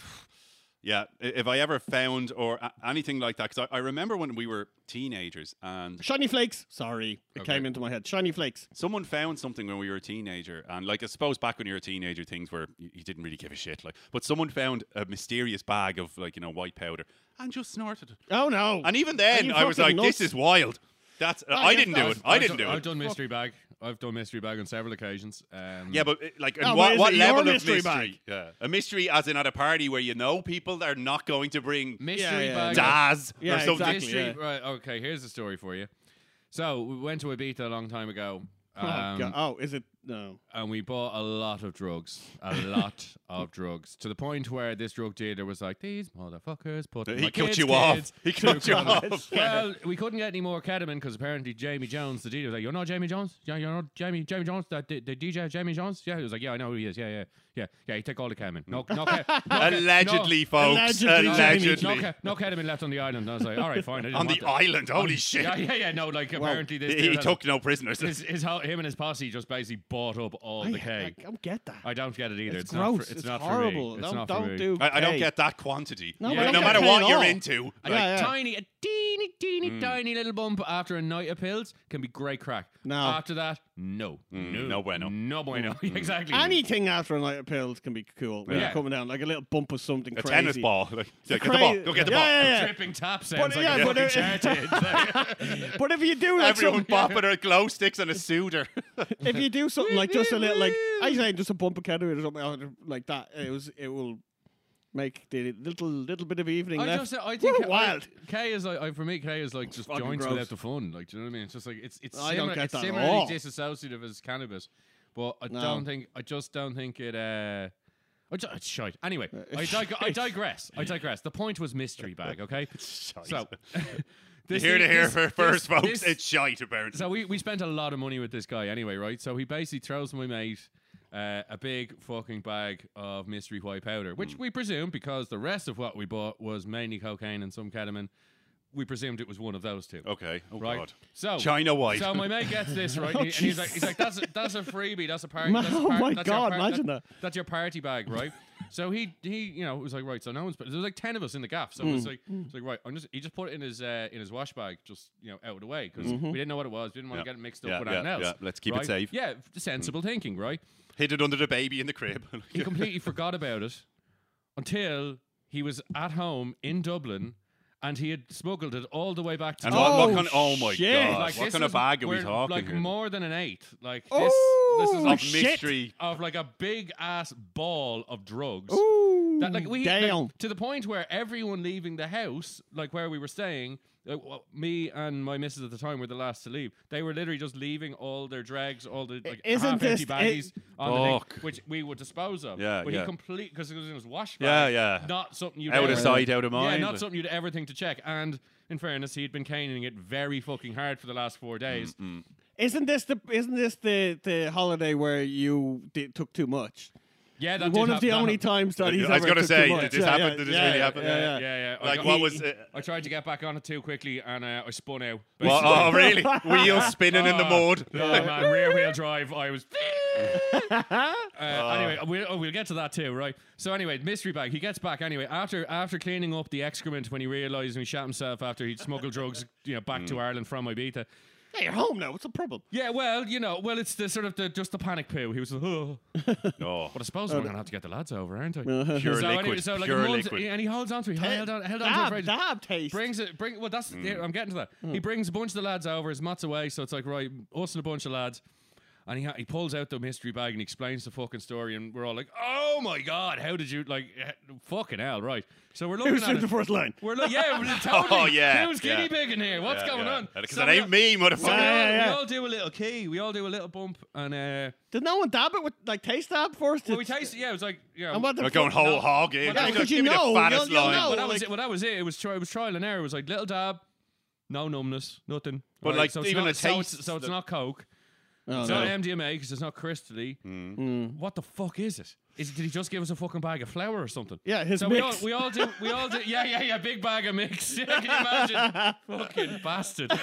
S1: yeah, i- if I ever found or a- anything like that, because I, I remember when we were teenagers and
S2: Shiny flakes. Sorry, it came into my head. Shiny flakes.
S1: someone found something when we were a teenager, and like I suppose back when you were a teenager, things were you, you didn't really give a shit. Like, but someone found a mysterious bag of like you know white powder and just snorted it.
S2: Oh no.
S1: And even
S2: Are
S1: then,
S2: you
S1: I was like,
S2: fucking nuts?
S1: this is wild. That's I
S2: yeah,
S1: didn't do
S2: that
S1: it.
S2: was-
S1: I didn't do
S3: I've
S1: it.
S3: done mystery bag. I've done mystery bag on several occasions. Um,
S1: Yeah, but uh, like, and
S2: No, but
S1: what,
S2: is
S1: what
S2: it your
S1: level of
S2: mystery
S1: mystery?
S2: bag?
S1: Yeah. A mystery, as in at a party where you know people are not going to bring
S3: mystery
S2: yeah,
S3: bag.
S2: yeah.
S1: Daz
S2: Yeah,
S1: or something.
S2: exactly.
S3: Mystery- Right. Okay. Here's the story for you. So we went to Ibiza a long time ago.
S2: Oh,
S3: um,
S2: God. oh, is it no?
S3: and we bought a lot of drugs, a lot of drugs, to the point where this drug dealer was like, "These motherfuckers put
S1: He
S3: my
S1: cut
S3: kids,
S1: you off.
S3: kids
S1: He
S3: to
S1: cut you
S3: cocaine."
S1: off.
S3: Well, we couldn't get any more ketamine because apparently Jamie Jones, the DJ, was like, "You're not Jamie Jones? Yeah, you're not Jamie Jamie Jones, the, the, the DJ Jamie Jones." Yeah, he was like, "Yeah, I know who he is. Yeah, yeah, yeah, yeah." He took all the ketamine. No, no, ke- no ke-
S1: Allegedly, folks.
S2: Allegedly,
S1: Allegedly.
S2: Jamie.
S3: no, no, ke- no ketamine left on the island. And I was like, "All right, fine." I didn't
S1: On
S3: want
S1: the
S3: that."
S1: island. Holy shit.
S3: Yeah, yeah, yeah. No, like apparently this
S1: He,
S3: dude
S1: he
S3: has-
S1: took no prisoners.
S3: his, his whole- him and his posse just basically bought up all the
S2: I,
S3: cake.
S2: I don't get that.
S3: I don't get it either.
S2: it's,
S3: It's,
S2: gross.
S3: Not for,
S2: it's,
S3: it's, not
S2: horrible.
S3: For me. It's
S2: don't
S3: not for
S2: don't
S3: me.
S2: do.
S1: I, I don't
S2: cake.
S1: get that quantity.
S2: No,
S1: Like,
S3: I don't
S1: no
S3: get
S1: matter
S2: paid at
S1: what you're
S2: all.
S1: into.
S2: Yeah,
S1: like,
S2: yeah. Mm.
S3: Tiny, a teeny, teeny, tiny little bump after a night of pills can be great crack.
S2: No. Mm.
S3: After that, no, no,
S1: Mm, no bueno.
S3: no bueno. exactly.
S2: Anything after a night of pills can be cool. When you're
S3: Yeah.
S2: coming down, like a little bump of something
S1: A
S2: crazy.
S1: tennis ball. Like, yeah, get the
S2: Crazy-
S1: ball. Go get the
S2: yeah,
S1: ball.
S2: Yeah, yeah.
S3: Dripping tap sounds
S2: But,
S3: like
S2: yeah,
S3: a
S2: but
S3: fucking
S2: it-
S3: charity.
S2: But if you do like
S1: Everyone
S2: some,
S1: bopping her glow sticks and a suitor.
S2: if you do something like just a little, like I say, just a bump of ketamine or something out- like that, it was it will make the little little bit of evening
S3: I
S2: left.
S3: just, I think
S2: We're wild.
S3: K is like, I, for me, K is like just
S2: fucking
S3: joints
S2: gross.
S3: without the fun. Like, do you know what I mean? It's just like it's it's,
S2: I don't
S3: similar-
S2: get
S3: it's
S2: that at
S3: similarly
S2: all.
S3: disassociative as cannabis, but I
S2: No.
S3: don't think I just don't think it. uh I ju- it's shite. Anyway,
S2: Uh,
S3: I, dig- I digress. I digress. The point was mystery bag. Okay, so
S1: You
S3: this
S1: hear to
S3: thing-
S1: hear
S3: this-
S1: for
S3: this-
S1: first, folks.
S3: this-
S1: it's shite, apparently.
S3: so we, we spent a lot of money with this guy anyway, right? So he basically throws my mate uh, a big fucking bag of mystery white powder, which we presume because the rest of what we bought was mainly cocaine and some ketamine. We presumed it was one of those two.
S1: okay. Oh,
S3: Right.
S1: God.
S3: So
S1: China white.
S3: So my mate gets this right,
S2: Oh,
S3: and he's like,
S2: Jesus.
S3: he's like, that's a, that's a freebie, that's a party.
S2: Ma-
S3: that's a
S2: oh
S3: par-
S2: my
S3: that's your
S2: God,
S3: par-
S2: imagine
S3: that's your party bag, right? So he he you know was like right. So no one's. But there was like ten of us in the gaff. So
S1: Mm.
S3: it was like it's like right. I'm just he just put it in his uh, in his wash bag, just you know out of the way because we didn't know what it was. We didn't want
S1: Mm-hmm. Yeah.
S3: to get it mixed up
S1: Yeah,
S3: with anything
S1: yeah,
S3: else.
S1: yeah. Let's keep it
S3: right?
S1: safe. Mm.
S3: Yeah, f- sensible thinking, right?
S1: Hid it under the baby in the crib.
S3: He completely forgot about it until he was at home in Dublin. And he had smuggled it all the way back to
S1: and
S3: Dublin.
S1: what, what
S2: Oh,
S1: kind? Oh my
S2: shit.
S1: god!
S3: Like,
S1: what
S3: this
S1: kind of
S3: is-
S1: bag are we
S3: we're,
S1: talking
S3: Like
S1: here?
S3: more than an eight. Like this. This is
S2: Oh,
S1: of
S3: like
S2: shit.
S1: mystery.
S3: of like a big ass ball of drugs.
S2: Ooh,
S3: That, like we like,
S2: damn.
S3: to the point where everyone leaving the house, like where we were staying, like, w- me and my missus at the time were the last to leave. They were literally just leaving all their drags, all the like
S2: isn't
S3: half empty
S2: this-
S3: baggies on the
S1: Fuck.
S3: thing, which we would dispose of.
S1: Yeah,
S3: but
S1: yeah.
S3: he complete because it was in his wash
S1: Yeah,
S3: bag.
S1: yeah.
S3: Not something you
S1: Out of sight, out of mind.
S3: Yeah, not something you'd ever think to check. And in fairness, he'd been caning it very fucking hard for the last four days.
S1: Mm,
S2: Isn't this the isn't this the, the holiday where you did, took too much?
S3: Yeah, that did
S2: One of
S3: hap-
S2: the
S3: that
S2: only
S3: hap-
S2: times that he's
S1: I was
S2: ever
S1: gonna
S2: took
S1: say,
S2: too much.
S1: did this happen? Did this really happen?
S2: Yeah, yeah.
S3: yeah, yeah. I
S1: Like
S3: got-
S1: what was? Uh,
S3: I tried to get back on it too quickly and uh, I spun out.
S1: well,
S3: basically.
S1: oh really? Wheels spinning in the
S2: Ah.
S3: Oh,
S1: mud.
S3: No, man, rear wheel drive. I was. Uh, Anyway, we'll, oh, we'll get to that too, right? So anyway, mystery bag. He gets back anyway after after cleaning up the excrement when he realised when he shot himself after he'd smuggled drugs, you know, back
S1: Mm.
S3: to Ireland from Ibiza.
S2: Hey, you're home now. What's the problem?
S3: Yeah, well, you know, well, it's the sort of the just the panic poo. He was, like, oh,
S1: Oh, No,
S3: but I suppose we're gonna have to get the lads over, aren't we?
S1: pure
S3: so, anyway,
S1: liquid.
S3: so like
S1: pure
S3: a month,
S1: liquid. Eh,
S3: and he holds on to it. He held on, held on to it. for
S2: Dab,
S3: ages.
S2: dab taste.
S3: Brings it, bring. Well, that's.
S1: Hmm.
S3: yeah, I'm getting to that. He brings a bunch of the lads over. His mat's away, so it's like right, us and a bunch of lads. And he, ha- he pulls out the mystery bag and he explains the fucking story, and we're all like, "Oh my god, how did you like? eh, Fucking hell, right?" So we're looking
S2: Who's
S3: at
S2: doing
S3: it.
S2: the first line?
S3: We're like, "Yeah, we're totally.
S1: Oh, yeah,
S3: who's
S1: yeah.
S3: guinea pig in here? What's going on?"
S1: Because
S3: So
S1: it
S3: we
S1: ain't
S3: all-
S1: me,
S3: so we all-
S1: motherfucker.
S2: Yeah, yeah, yeah.
S3: We all do a little key. We all do a little bump, and uh,
S2: Did no one dab it with like taste dab first?
S3: well, we
S2: It's-
S3: taste. Yeah, it was like, yeah.
S2: And what the
S1: We're going
S2: fuck-
S1: whole
S2: no.
S1: hog in.
S3: Well, that
S1: Give
S2: was-
S1: me
S2: you
S1: the
S2: know,
S1: fattest
S2: you'll- you'll
S1: line.
S2: know.
S3: well, that was
S2: Oh, like-
S3: it. Well, that was it. It was, tri- it was trial and error. It was like little dab, no numbness, nothing.
S1: But,
S3: Right,
S1: like,
S3: so it's
S1: even
S3: not,
S1: a
S3: so it's,
S1: taste
S3: so it's
S1: that-
S3: not coke.
S2: Oh,
S3: It's
S2: no.
S3: not MDMA because it's not crystally.
S1: Mm.
S2: Mm.
S3: What the fuck is it? Is did he just give us a fucking bag of flour or something?
S2: Yeah, his
S3: So
S2: mix.
S3: we all we all do we all do yeah yeah yeah big bag of mix. Yeah, can you imagine? fucking bastard.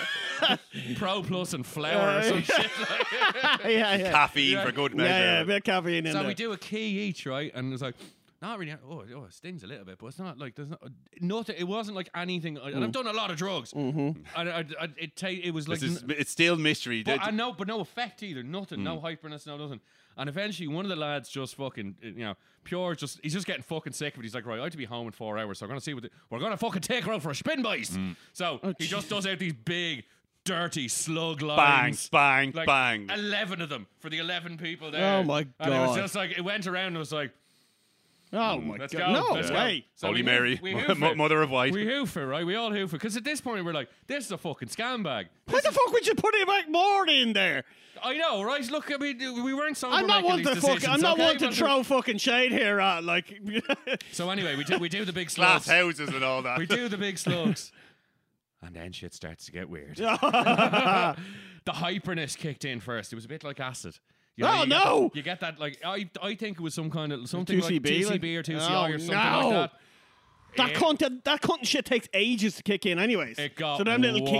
S3: Pro plus and flour or some shit.
S2: yeah, yeah.
S1: Caffeine
S3: Yeah.
S1: for good
S2: Yeah, yeah, a
S1: measure.
S2: bit of caffeine in
S3: So
S2: there.
S3: we
S1: uh,
S3: do a key each, right? And it's like, not really. Oh, oh, it stings a little bit, but it's not like there's not nothing. It wasn't like anything. And I've done a lot of drugs. Mm-hmm. And I, I, it ta- it was like,
S1: Mm. This is
S3: n-
S1: it's still mystery.
S3: but I know, but no effect either. Nothing.
S1: Mm.
S3: No hyperness. No nothing. And eventually, one of the lads just fucking, you know, pure. Just he's just getting fucking sick of it. He's like, right, I have to be home in four hours, so I'm gonna see what the, we're gonna fucking take her out for a spin, boys.
S1: Mm.
S3: So
S1: Oh,
S3: he just does out these big, dirty slug
S1: Bang,
S3: lines
S1: bang,
S3: like
S1: bang.
S3: 11 of them for the 11 people there.
S2: Oh my
S3: And it was
S2: God.
S3: just like, it went around and was like,
S2: oh my
S3: Hmm, let's go.
S2: god! No
S3: let's go.
S2: way!
S3: So
S1: Holy
S3: we hoof-
S1: Mary,
S3: we
S1: mo-
S3: hoof
S1: mo-
S3: it.
S1: mother of white.
S3: We hoof it, right? We all hoof it. Because at this point, we're like, this is a fucking scam bag.
S2: Why the fuck would you put it back more in there?
S3: I know, right? Look, I mean, we weren't so
S2: I'm not one
S3: making
S2: to
S3: these
S2: fuck. I'm
S3: decisions,
S2: not
S3: okay?
S2: one to
S3: Well,
S2: throw fucking shade here at. Like,
S3: So anyway, we do, we do the big
S1: Glass
S3: slugs.
S1: houses and all that.
S3: we do the big slugs. And then shit starts to get weird. the hyperness kicked in first. It was a bit like acid. You
S2: Oh,
S3: you get
S2: no!
S3: that- you get that like I I think it was some kind of something like
S2: 2CB,
S3: TCB
S2: like-
S3: or TCI
S2: Oh,
S3: or something
S2: no.
S3: like that.
S2: That
S3: It-
S2: cunt, that cunt and shit takes ages to kick in, anyways.
S3: It got
S2: so them little kick, yeah,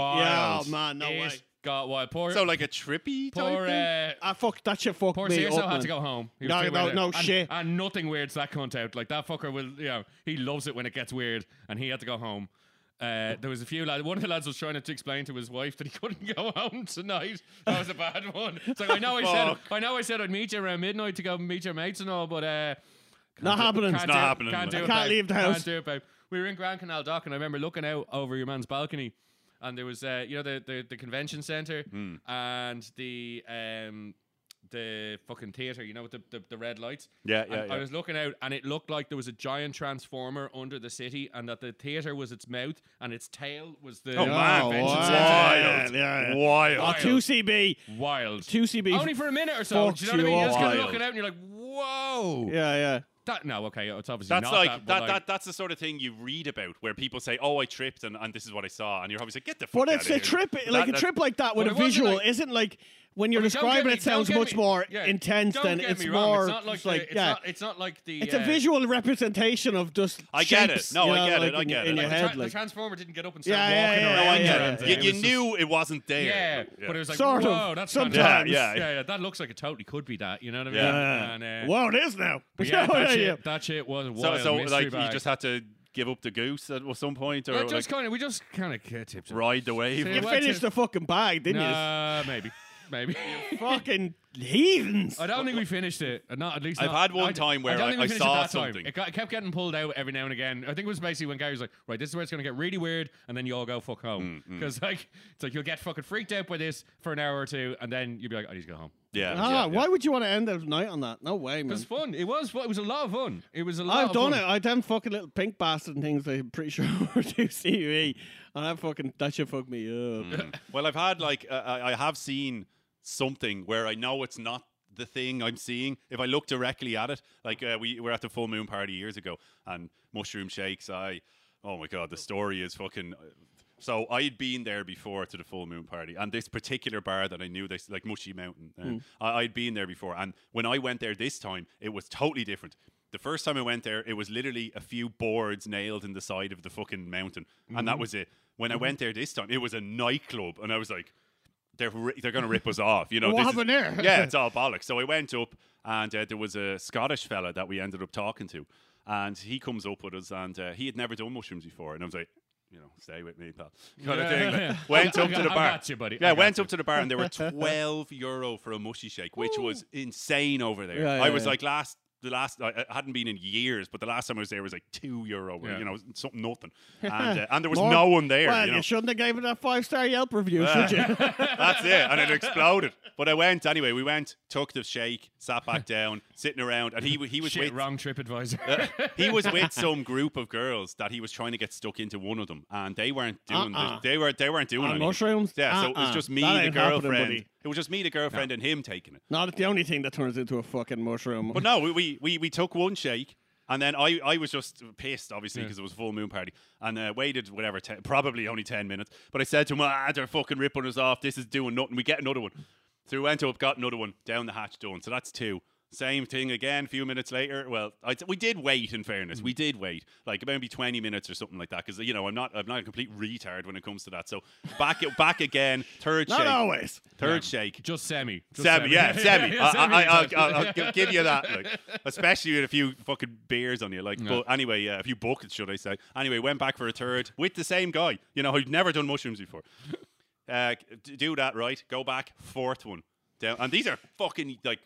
S3: wild.
S2: oh, man, no
S3: it
S2: way.
S3: Got wild. Poor
S1: So like a trippy type
S3: poor
S1: thing?
S3: uh,
S2: I fuck that shit fucked
S3: poor
S2: me
S3: Searso
S2: up.
S3: had
S2: man.
S3: to go home. He
S2: No,
S3: too
S2: no,
S3: weird.
S2: no
S3: and,
S2: shit.
S3: And nothing weirds that cunt out. Like that fucker will, you know, he loves it when it gets weird, and he had to go home. Uh, there was a few lads. One of the lads was trying to explain to his wife that he couldn't go home tonight. That was a bad one. So I know I said I know I said I'd meet you around midnight to go meet your mates and all, but uh,
S2: Not happening.
S1: not
S3: can't do it.
S1: happening,
S3: Can't do
S1: mate.
S3: it,
S2: Can't
S3: babe.
S2: leave the house.
S3: Can't do it, babe. We were in Grand Canal Dock, and I remember looking out over your man's balcony, and there was, uh, you know, the the, the convention center
S1: Hmm.
S3: and the um the fucking theater, you know, with the, the, the red lights.
S1: Yeah,
S3: And
S1: yeah, yeah.
S3: I was looking out, and it looked like there was a giant transformer under the city, and that the theater was its mouth, and its tail was the
S1: Oh man,
S2: wow.
S1: Vincent
S2: Wild,
S1: Wild.
S2: yeah, yeah. Oh,
S1: Wild.
S3: Wild.
S2: 2CB,
S3: wild.
S2: 2CB.
S3: Only for a minute or so.
S2: Fucked
S3: Do you know what I
S2: you
S3: mean? You're just
S2: up.
S3: kind of
S1: Wild.
S3: looking out, and you're like, whoa.
S2: yeah, yeah.
S3: That no, okay, it's obviously
S1: That's
S3: not
S1: like
S3: that, but
S1: that, that that's the sort of thing you read about where people say, "Oh, I tripped and, and this is what I saw," and you're always like, "Get the fuck
S2: But
S1: out
S2: it's
S1: of
S2: a
S1: here."
S2: trip,
S1: That-
S2: like a
S1: that-
S2: trip like that with
S3: But
S2: a
S3: it wasn't
S2: visual,
S3: like-
S2: isn't like when you're
S3: I mean, don't get
S2: describing
S3: me-
S2: it, sounds
S3: don't get
S2: much
S3: me-
S2: more
S3: yeah,
S2: intense
S3: don't
S2: than
S3: get
S2: it's
S3: me wrong,
S2: more
S3: It's not like
S2: just like
S3: the, it's
S2: yeah.
S3: Not, it's not like the.
S2: it's
S3: uh,
S2: a visual representation of just.
S1: I get it.
S2: shapes,
S1: No,
S2: you
S1: I
S2: know,
S1: get it.
S2: like
S1: I
S2: in,
S1: get
S2: your-
S1: it.
S2: in
S3: like
S2: your
S3: the,
S2: head,
S3: tra-
S2: like
S3: the transformer didn't get up and start
S2: Yeah,
S3: walking
S1: No,
S2: yeah,
S3: around.
S1: I get
S2: yeah,
S1: it.
S2: yeah,
S1: You-
S2: yeah.
S1: you
S3: was just-
S1: knew it wasn't there.
S3: Yeah, but it was like,
S2: Sort of,
S3: whoa, that's
S2: sometimes.
S3: fantastic.
S1: Yeah, yeah.
S3: yeah, That looks like it totally could be that. You know what I mean?
S1: Yeah.
S3: And, uh,
S2: Whoa, it is now.
S3: but yeah, that,
S2: yeah,
S3: shit,
S2: yeah.
S3: that shit was
S1: So,
S3: wild.
S1: so
S3: mystery
S1: like you
S3: bag.
S1: just had to give up the goose at some point, or
S3: Well,
S1: like
S3: just kind of, we just kind of get tips.
S1: ride the wave.
S3: See,
S2: You
S3: Well,
S2: finished
S3: to-
S2: the fucking bag, didn't
S3: Nah, maybe, maybe.
S2: you? Fucking heathens.
S3: I don't think we finished it. Uh, Not at least.
S1: I've
S3: not-
S1: had one
S3: I-
S1: time where
S3: I, don't
S1: I-
S3: think we
S1: I
S3: finished
S1: saw
S3: it that time.
S1: something.
S3: It, got, it kept getting pulled out every now and again. I think it was basically when Gary was like, "Right, this is where it's going to get really weird," and then you all go fuck home
S1: Mm,
S3: because like it's like you'll get fucking freaked out by this for an hour or two, and then you'll be like, "I need to go home."
S1: Yeah.
S2: Ah,
S1: yeah, yeah.
S2: why would you want to end the night on that? No way,
S3: It
S2: man.
S3: was fun. It was. fun. It was a lot of fun. It was a lot.
S2: I've
S3: of
S2: done
S3: fun.
S2: it. I done fucking little pink bastard and things. I'm pretty sure were too CUE, and that fucking that should fuck me up.
S1: Mm. Well, I've had like uh, I I have seen something where I know it's not the thing I'm seeing. If I look directly at it, like uh, we were at the full moon party years ago, and mushroom shakes. I oh my god, the story is fucking. uh, So I had been there before to the full moon party, and this particular bar that I knew, this like Mushy Mountain, uh, I, I'd been there before. And when I went there this time, it was totally different. The first time I went there, it was literally a few boards nailed in the side of the fucking mountain, and
S2: Mm-hmm.
S1: that was it. When I went there this time, it was a nightclub, and I was like, "They're ri- they're gonna rip us off," you know.
S2: What
S1: this is-
S2: happened there?
S1: yeah, it's all bollocks. So I went up, and uh, there was a Scottish fella that we ended up talking to, and he comes up with us, and uh, he had never done mushrooms before, and I was like. You know, stay with me, pal. Kind of thing.
S3: Yeah.
S1: Like, went
S3: I
S1: up
S3: got-
S1: to the
S3: I
S1: bar.
S3: got you, buddy.
S1: Yeah,
S3: I got
S1: went
S3: you.
S1: up to the bar and they were twelve euro for a mushy shake, which was insane over there.
S2: Yeah,
S1: I
S2: yeah,
S1: was
S2: yeah.
S1: like last the last I I hadn't been in years, but the last time I was there was like two euro, or
S3: Yeah.
S1: you know, something nothing, and uh, and there was
S2: More-
S1: no one there.
S2: Well,
S1: you
S2: you,
S1: know?
S2: shouldn't have gave it that five star Yelp review, should you?
S1: That's it. And it exploded. But I went anyway. We went, took the shake, sat back down, sitting around, and he w- he was
S3: Shit,
S1: with
S3: wrong trip advisor.
S1: he was with some group of girls that he was trying to get stuck into one of them, and they weren't doing
S2: Uh-uh.
S1: this. they were they weren't doing
S2: On
S1: anything.
S2: mushrooms?
S1: Yeah, so it was
S2: Uh-uh.
S1: just me,
S2: That
S1: the
S2: ain't happening,
S1: girlfriend.
S2: buddy.
S1: It was just me, the girlfriend, and him taking it.
S2: Not the only thing that turns into a fucking mushroom.
S1: But no, we, we, we, we took one shake. And then I, I was just pissed, obviously, because it was a full moon party. And uh, waited, whatever, ten, probably only 10 minutes. But I said to him, ah, they're fucking ripping us off. This is doing nothing. We get another one. So we went up, got another one, down the hatch, done. So that's two. Same thing again, a few minutes later. Well, I t- we did wait, in fairness.
S2: Mm.
S1: We did wait, like maybe 20 minutes or something like that. Because, you know, I'm not I'm not a complete retard when it comes to that. So back back again, third
S2: Not
S1: shake.
S2: always.
S1: Third shake.
S3: just semi. Just
S1: Sammy, yeah, Sammy. I, I, I,
S3: exactly.
S1: I'll, I'll, I'll give you that. Like, especially with a few fucking beers on you. Like, but anyway, yeah, a few buckets, should I say? Anyway, went back for a third with the same guy. You know, who'd never done mushrooms before. Uh, d- do that right. Go back fourth one down, and these are fucking like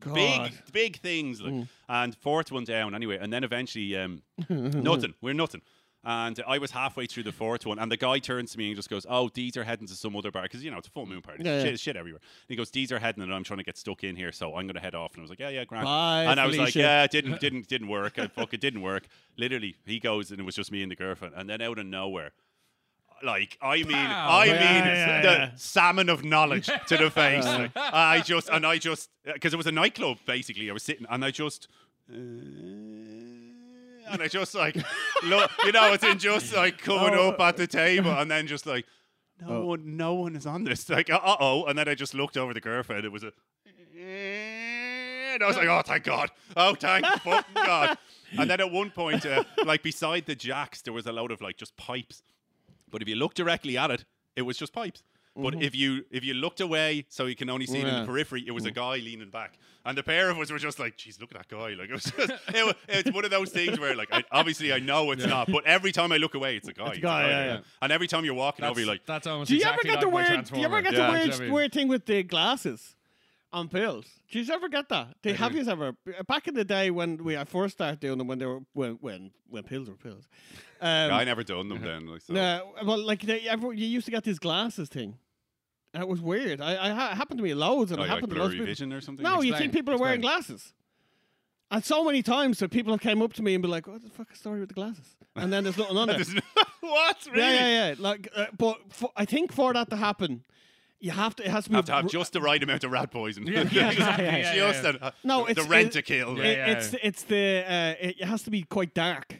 S2: God.
S1: big, big things. Like,
S2: Mm.
S1: And fourth one down anyway, and then eventually um, nothing. We're nothing. And I was halfway through the fourth one, and the guy turns to me and just goes, "Oh, these are heading to some other bar because you know it's a full moon party.
S2: Yeah,
S1: shit,
S2: yeah.
S1: shit everywhere." And he goes, "These are heading, and I'm trying to get stuck in here, so I'm going to head off." And I was like, "Yeah, yeah, grand."
S2: Bye,
S1: and I was like,
S2: Felicia.
S1: "Yeah, it didn't, didn't, didn't work. I, fuck, it didn't work." Literally, he goes, and it was just me and the girlfriend. And then out of nowhere, like I mean,
S3: Pow.
S1: I
S3: Yeah,
S1: mean,
S2: yeah,
S1: the
S2: yeah.
S1: salmon of knowledge to the face. Like, I just and I just because it was a nightclub basically. I was sitting and I just. uh, and I just like, look, you know, it's in just like coming
S2: Oh.
S1: up at the table and then just like, no one, no one is on this. Like, uh oh. And then I just looked over the girlfriend. It was a, and I was like, oh, thank God. Oh, thank fucking God. And then at one point, uh, like beside the jacks, there was a load of like just pipes. But if you look directly at it, it was just pipes. But if you if you looked away, so you can only see it in
S2: Mm-hmm. Yeah. Mm.
S1: the periphery, it was a guy leaning back, and the pair of us were just like, "Geez, look at that guy!" Like it was, just, it was it's one of those things where, like, I, obviously I know it's not, but every time I look away, it's a guy. It's a
S2: guy, yeah, yeah.
S1: And every time you're walking
S3: That's,
S1: over, you're like,
S3: that's almost
S2: do you
S3: exactly
S2: ever get
S3: like my
S2: the weird? Do you ever
S3: Transformer.
S2: get
S1: Yeah.
S2: the
S3: Do
S2: weird,
S3: you know what I mean?
S2: weird thing with the glasses on pills? Do you ever get that? They have you ever back in the day when we I first started doing them when they were when when when pills were pills. Um,
S1: "I never done them then." Like, so.
S2: No, well, like they, everyone, you used to get this glasses thing, and it was weird. I, I ha- it happened to me loads, and
S1: Oh,
S2: it
S1: yeah, like
S2: happened to loads
S1: blurry
S2: of people.
S1: vision or something.
S2: No,
S1: Like,
S2: you
S3: Explain,
S2: think people are wearing glasses, and so many times that people have came up to me and be like, "What the fuck is the story with the glasses?" And then there's nothing on it.
S1: there's no- what? Really?
S2: Yeah, yeah, yeah. Like, uh, but for, I think for that to happen, you have to. It has to be.
S1: Have to have
S2: r-
S1: just the right amount of rat poison.
S3: yeah, exactly, yeah, yeah,
S1: just uh,
S3: yeah.
S1: the-
S2: No,
S1: the
S2: it's-
S1: rent
S2: it-
S1: to kill.
S2: it-
S3: yeah.
S2: It's it's the uh, it has to be quite dark.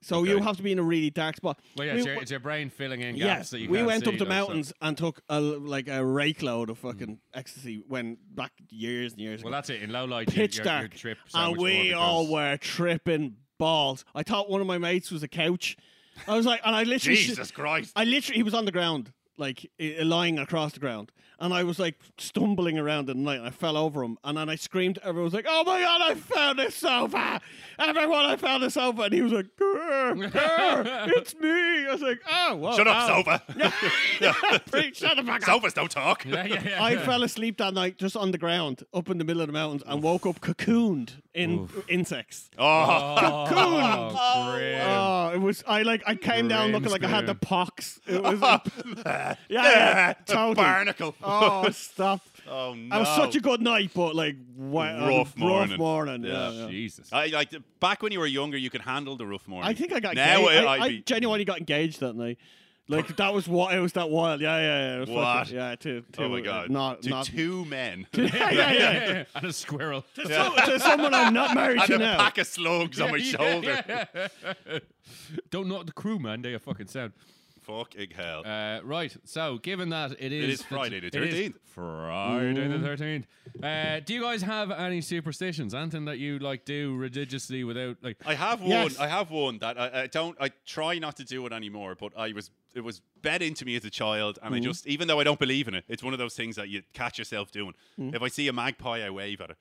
S2: So
S1: Okay.
S2: you have to be in a really dark spot.
S3: Well, yeah,
S2: We-
S3: it's your, it's your brain filling in gaps
S2: Yes,
S3: that you
S2: we
S3: can't
S2: went
S3: see,
S2: up the
S3: like, so- Mm.
S2: mountains and took a, l- like a rake load of fucking ecstasy when back years and years
S3: Well,
S2: ago.
S3: that's it. In low light,
S2: Pitch
S3: your, your,
S2: dark,
S3: your trip. so
S2: and
S3: much more
S2: we
S3: because-
S2: all were tripping balls. I thought one of my mates was a couch. I was like, and I literally, sh-
S1: Jesus Christ.
S2: I literally, he was on the ground, like i- lying across the ground, and I was like stumbling around in the night, and I fell over him, and then I screamed. Everyone was like, "Oh my god, I found a sofa!" Everyone, I found a sofa, and he was like, "Grr, grr, "It's me." I was like, "Oh, well,
S1: Shut up,
S2: ow."
S1: sofa.
S2: yeah, pretty- shut the fuck up.
S1: Sofas don't talk.
S3: Yeah, yeah, yeah.
S2: I fell asleep that night just on the ground, up in the middle of the mountains, and woke up cocooned in insects.
S1: Oh,
S3: Oh,
S2: Cocoon.
S3: grim.
S2: Oh, it was. I like. I came down looking like I had the
S3: Grimsby.
S2: pox. It was. yeah, yeah,
S1: yeah,
S2: totally.
S1: barnacle.
S2: Oh, stop.
S1: Oh, no.
S2: It was such a good night, but like wow,
S1: Rough morning.
S2: Rough morning. Yeah.
S1: Yeah.
S2: yeah. Oh,
S3: Jesus.
S1: I like the- back when you were younger, you could handle the rough morning.
S2: I think I got
S1: now.
S2: engaged.
S1: I,
S2: I,
S1: I'd
S2: I
S1: be-
S2: genuinely got engaged that night. Like that was what it was that wild. Yeah, yeah, yeah. It was
S1: What?
S2: fucking- yeah, to, to,
S1: oh my
S2: uh,
S1: god,
S2: Not
S1: to
S2: not.
S1: two men
S2: yeah, yeah, yeah.
S3: and a squirrel.
S2: So, to someone I'm not married
S1: and
S2: to
S1: a
S2: now.
S1: pack of slugs on my shoulder.
S3: Don't knock the crew, man. They are fucking sound.
S1: Fucking hell.
S3: Uh, right. So, given that it is,
S1: is Friday the
S3: it is
S1: 13th.
S3: Friday the thirteenth. Uh, do you guys have any superstitions? Anything that you like do religiously without like?
S1: I have one.
S2: Yes.
S1: I have one that I, I don't. I try not to do it anymore. But I was. It was bed into me as a child,
S2: Mm-hmm.
S1: and I just, even though I don't believe in it, it's one of those things that you catch yourself doing.
S2: Mm-hmm.
S1: If I see a magpie, I wave at it.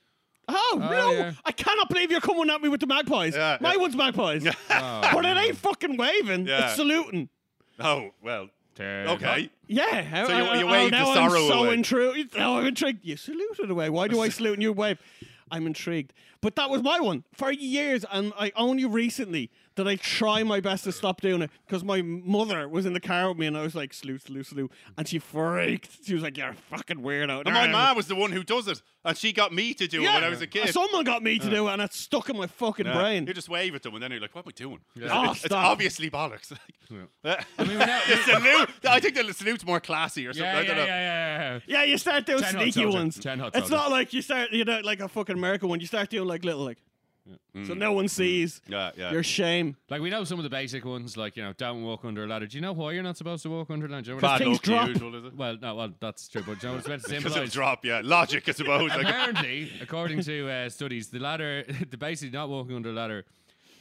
S2: Oh, no!
S3: yeah.
S2: I cannot believe you're coming at me with the magpies.
S1: Yeah,
S2: My
S1: yeah.
S2: one's magpies.
S3: oh,
S2: but it ain't fucking waving.
S1: Yeah.
S2: It's saluting.
S1: Oh well. Okay.
S2: Yeah.
S1: So
S2: I-
S1: you-
S2: I-
S1: you
S2: I- oh,
S1: wave the
S2: now
S1: sorrow
S2: I'm so
S1: away.
S2: intrigued. Now I'm intrigued. You saluted away. Why do I salute and you wave? I'm intrigued. But that was my one for years, and I only recently did I try my best to stop doing it because my mother was in the car with me, and I was like, salute, salute, salute, and she freaked. She was like, "You're a fucking weirdo."
S1: And my mom was the one who does it, and she got me to do it when I was a kid.
S2: Someone got me to do it, and it's stuck in my fucking
S1: Yeah.
S2: brain.
S1: You just wave at them, and then you're like, "What am I doing?"
S2: Oh,
S1: It's, it's
S2: stop.
S1: obviously bollocks. I
S3: mean, we're not-
S1: salute. I think the salute's more classy or something.
S3: Yeah,
S1: I
S3: yeah, yeah,
S1: don't know.
S3: yeah, yeah.
S2: Yeah, you start doing
S3: Ten hot
S2: sneaky
S3: soldier.
S2: ones.
S3: Ten hot
S2: it's
S3: soldier.
S2: not like you start, you know, like a fucking American one. You start doing like little, like, so no
S3: Mm.
S2: one sees
S1: Mm. Yeah, yeah.
S2: your shame.
S3: Like we know some of the basic ones, like you know, don't walk under a ladder. Do you know why you're not supposed to walk under a ladder? Do you know what
S1: Bad
S3: it-
S2: things
S1: luck, the
S2: drop.
S1: usual, is it?
S3: Well, no, well, that's true. But do you know what it's meant to
S1: Because of
S3: symbolise?
S1: drop, yeah. Logic, I suppose. like,
S3: Apparently, according to uh, studies, the ladder, the basically not walking under a ladder,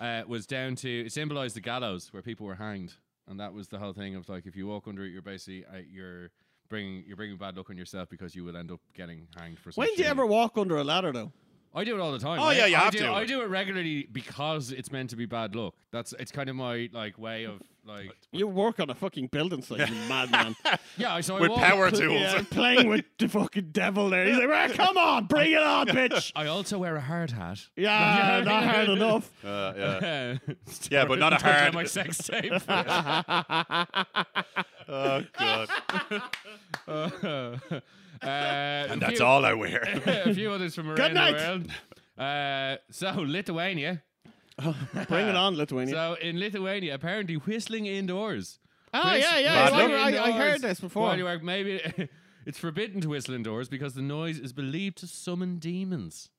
S3: uh, was down to it symbolised the gallows where people were hanged, and that was the whole thing of like if you walk under it, you're basically uh, you're bringing you're bringing bad luck on yourself because you will end up getting hanged for. some
S2: When do you
S3: shit.
S2: ever walk under a ladder, though?
S3: I do it all the time.
S1: Oh,
S3: I-
S1: yeah, you
S3: I
S1: have
S3: do,
S1: to.
S3: I do it regularly because it's meant to be bad luck. That's it's kind of my like way of like
S2: You work on a fucking building site, you madman.
S3: yeah. So I
S1: with
S3: walk-
S1: power tools.
S2: yeah, I'm playing with the fucking devil there. He's like, "Well, come on, bring it on, bitch.
S3: I also wear a hard hat.
S2: Yeah, not hard enough.
S1: Uh, yeah.
S3: yeah,
S1: Yeah, but not a hard-
S3: My sex tape.
S1: Oh, God.
S3: Uh,
S1: And that's
S3: few,
S1: all I wear.
S3: a few others from around
S2: Good night.
S3: the world. Uh, so Lithuania.
S2: Bring it on, Lithuania.
S3: So in Lithuania, apparently whistling indoors.
S2: oh,
S3: Whist-
S2: yeah, yeah.
S1: Bad
S2: I,
S3: whistling
S1: luck.
S2: I- I heard
S3: indoors
S2: this before.
S3: while you work, maybe it's forbidden to whistle indoors because the noise is believed to summon demons.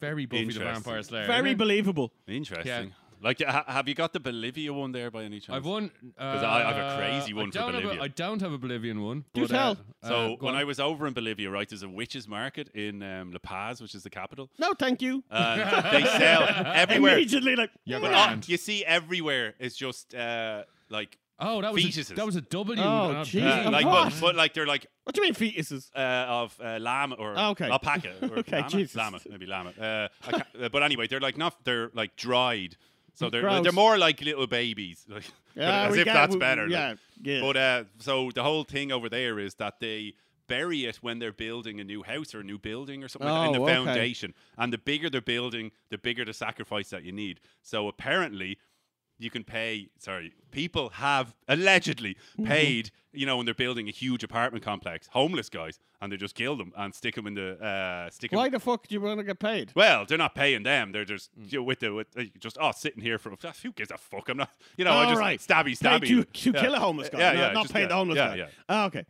S3: Very Buffy the
S1: Interesting.
S3: Vampire Slayer.
S2: Very
S3: isn't it?
S2: believable.
S1: Interesting. Like, ha- have you got the Bolivia one there by any chance?
S3: I've one. Because
S1: I- I have a crazy one
S3: I
S1: for
S3: don't have a-
S1: Bolivia.
S3: I don't have a Bolivian one.
S2: Do
S3: but,
S2: tell.
S3: Uh,
S1: So
S3: uh, go
S1: when
S3: on.
S1: I was over in Bolivia, right, there's a witches market in um, La Paz, which is the capital.
S2: No, thank you.
S1: And Uh, they sell everywhere.
S2: Immediately, like,
S3: Yeah,
S1: But
S3: but-
S1: all-
S3: Grand.
S1: you see everywhere is just uh, like,
S3: oh, that was a,
S1: fetuses.
S3: that was a W.
S2: Oh,
S3: not
S2: Jesus.
S1: uh,
S2: Yeah,
S1: like,
S2: what?
S1: but, but like they're like
S2: what do you mean fetuses?
S1: uh, of uh, llama or
S2: Oh, okay.
S1: alpaca or
S2: Okay,
S1: llama?
S2: Jesus.
S1: llama, maybe llama. Uh, I can't- uh, but anyway, they're like not they're like dried, so they're
S2: Gross.
S1: they're more like little babies. Like, but
S2: Yeah,
S1: as
S2: we
S1: if
S2: get-
S1: that's
S2: we-
S1: better. like.
S2: Yeah, yeah.
S1: But uh, so the whole thing over there is that they bury it when they're building a new house or a new building or something like that in
S2: Oh,
S1: the
S2: okay.
S1: foundation. And the bigger the building, the bigger the sacrifice that you need. So apparently, you can pay. Sorry, people have allegedly
S2: Mm-hmm.
S1: paid. You know, when they're building a huge apartment complex, homeless guys, and they just kill them and stick them in the uh, stick 'em-
S2: Why the fuck do you want to get paid?
S1: well, they're not paying them. They're just
S2: Mm.
S1: you know, with the with, uh, just oh sitting here for who gives a fuck. I'm not you know I
S2: All
S1: just
S2: right.
S1: stabby
S2: Pay
S1: stabby
S2: to, to
S1: Yeah.
S2: kill a homeless guy.
S1: Yeah,
S2: no,
S1: yeah,
S2: not
S1: just-
S2: pay
S1: yeah,
S2: the homeless
S1: yeah,
S2: guy.
S1: yeah.
S2: Oh, okay.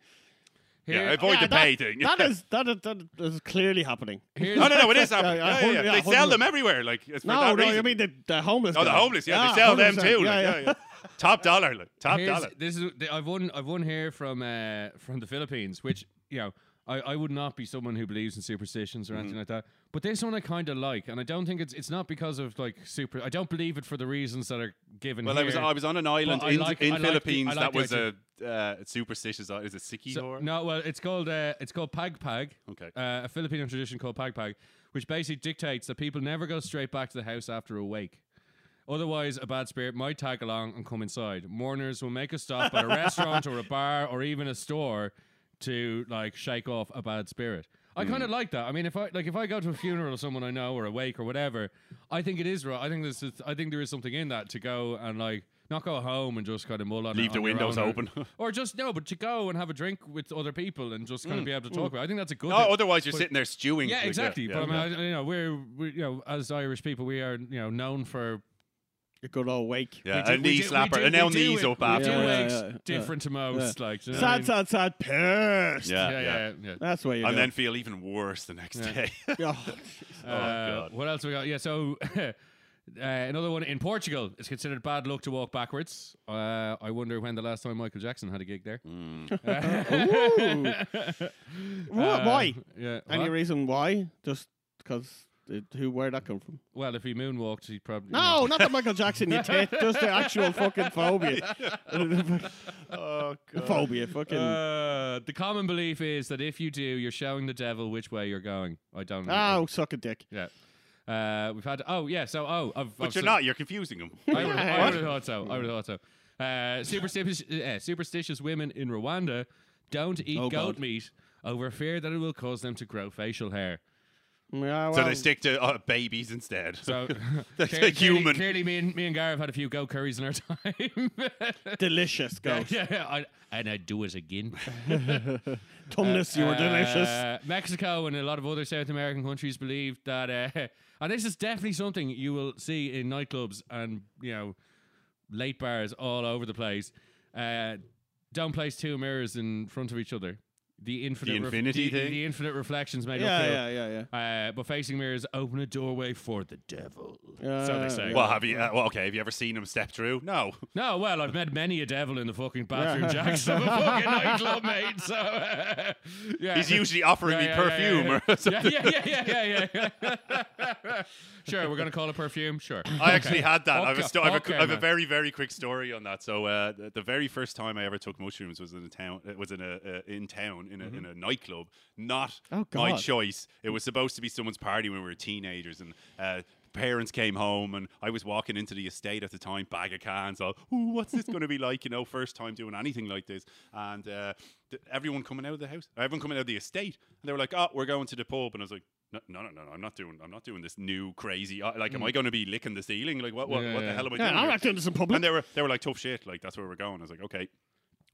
S3: Here-
S1: yeah, avoid
S2: Yeah,
S1: the pay thing.
S2: that is that is, that is clearly happening.
S3: here's
S1: no, no, no, it is happening. Yeah,
S2: Yeah, yeah,
S1: yeah, yeah.
S2: hundred- yeah,
S1: They sell
S2: hundred-
S1: them everywhere. Like it's for
S2: No,
S1: that
S2: no,
S1: reason.
S2: I mean the, the homeless.
S1: oh, the
S2: guy.
S1: homeless. Yeah, they sell them
S2: 100%,
S1: too.
S2: yeah,
S1: like,
S2: yeah.
S1: yeah, yeah. top dollar, like, top
S3: Here's-
S1: dollar.
S3: This is the- I've won. I've won here from uh, from the Philippines, which you know I, I would not be someone who believes in superstitions or
S1: Mm-hmm.
S3: anything like that. But this one I kind of like, and I don't think it's it's not because of like super. I don't believe it for the reasons that are given.
S1: Well,
S3: here.
S1: I was I was on an island
S3: I
S1: in,
S3: like- I
S1: in
S3: like the-
S1: Philippines
S3: I like the
S1: that was a uh, superstitious. Is it Siki
S3: So-
S1: or
S3: no, well, it's called uh, it's called pag pag.
S1: Okay.
S3: uh, a Filipino tradition called pag pag, which basically dictates that people never go straight back to the house after a wake. Otherwise, a bad spirit might tag along and come inside. Mourners will make a stop at a restaurant or a bar or even a store to like shake off a bad spirit. I
S1: Mm.
S3: kind of like that. I mean, if I like, if I go to a funeral of someone I know or a wake or whatever, I think it is right. I think this is. I think there is something in that to go and like not go home and just kind of mull on it
S1: Leave the
S3: on your
S1: windows
S3: own or-
S1: open.
S3: or just no, but to go and have a drink with other people and just
S1: Mm,
S3: kind of be able to talk about. It. I think that's a good.
S1: No,
S3: thing.
S1: Oh, otherwise you're
S3: But-
S1: sitting there stewing.
S3: yeah,
S1: Like,
S3: exactly.
S1: yeah,
S3: but uh,
S1: yeah.
S3: I mean, I, you know, we're, we you know, as Irish people, we are you know known for
S2: A good old wake.
S1: Yeah,
S3: we do-
S1: a knee
S3: we do- we
S1: slapper,
S3: do-
S1: and now
S3: we do
S1: knees
S3: it-
S1: up
S3: We do
S1: after.
S2: Yeah, yeah,
S3: legs
S2: yeah, yeah.
S3: different to most, like do you know what I
S2: Sad,
S3: mean?
S2: sad, sad. Pissed.
S1: Yeah,
S3: yeah,
S1: yeah.
S3: yeah, yeah.
S2: That's where you.
S1: And
S2: go.
S1: then feel even worse the next
S3: Yeah.
S1: day.
S2: Oh,
S3: Uh,
S1: God.
S3: What else we got? Yeah, so uh, another one in Portugal. It's considered bad luck to walk backwards. Uh, I wonder when the last time Michael Jackson had a gig there.
S2: Ooh. What?
S3: Uh,
S2: why?
S3: Yeah.
S2: Any
S3: what?
S2: reason why? Just because. Who? Where that come from?
S3: well, if he moonwalked, he'd probably you know.
S2: No, not the Michael Jackson. You tit. Just the actual fucking phobia.
S1: oh god.
S2: phobia. Fucking.
S3: Uh, the common belief is that if you do, you're showing the devil which way you're going. I don't
S1: Ah.
S3: know.
S2: oh, suck a dick.
S3: Yeah. Uh, we've had. Oh, yeah. So, oh. I've,
S1: But
S3: I've
S1: you're
S3: so-
S1: not. You're confusing them.
S3: I would I
S2: What?
S3: would have thought so. I would have thought so. Uh, superstitious, uh, superstitious women in Rwanda don't eat
S2: Oh,
S3: goat
S2: God.
S3: meat over fear that it will cause them to grow facial hair.
S2: Yeah,
S1: So
S2: well,
S1: they stick to uh, babies instead.
S3: So,
S1: That's
S3: clearly,
S1: a human.
S3: Clearly, me and, me and Gar have had a few goat curries in our time.
S2: delicious,
S3: yeah,
S2: goat.
S3: yeah, I, and I'd do it again.
S2: Tumnus, you were delicious.
S3: Uh, Mexico and a lot of other South American countries believe that, uh, and this is definitely something you will see in nightclubs and you know late bars all over the place. Uh, don't place two mirrors in front of each other. The infinite, ref-
S1: infinity
S3: the,
S1: thing?
S3: the infinite reflections made
S2: Yeah,
S3: up. here.
S2: yeah, yeah, yeah.
S3: Uh, but facing mirrors open a doorway for the devil. so
S2: Yeah,
S3: they say.
S1: Well, have you? Uh, well, okay. Have you ever seen them step through? No.
S3: No, well, I've met many a devil in the fucking bathroom
S2: Yeah.
S3: jacks of a fucking nightclub, mate. So, uh, yeah.
S1: He's usually offering me perfume
S3: yeah,
S1: or something.
S3: yeah, yeah, yeah, yeah, yeah, yeah. sure, we're gonna call it perfume. Sure.
S1: I actually had that. I, have a
S3: Okay,
S1: sto- I, have
S3: okay,
S1: a, I have a
S3: man.
S1: very, very quick story on that. So uh, the, the very first time I ever took mushrooms was in a town. It was in a uh, in town in a, in a nightclub. Not
S2: Mm-hmm. Oh,
S1: my
S2: God.
S1: choice. It was supposed to be someone's party when we were teenagers and. Uh, Parents came home and I was walking into the estate at the time, bag of cans. All, ooh, what's this going to be like? You know, first time doing anything like this. And uh, th- everyone coming out of the house, everyone coming out of the estate, and they were like, "Oh, we're going to the pub." And I was like, "No, no, no, no! I'm not doing. I'm not doing this new crazy. uh, Like, am I going to be licking the ceiling? Like, what? What,
S3: Yeah,
S1: what
S3: yeah.
S1: the hell am I doing?"
S2: Mm. Yeah, I'm
S1: here?"
S2: acting as a public.
S1: and they were they were like tough shit. Like that's where we're going. I was like, okay.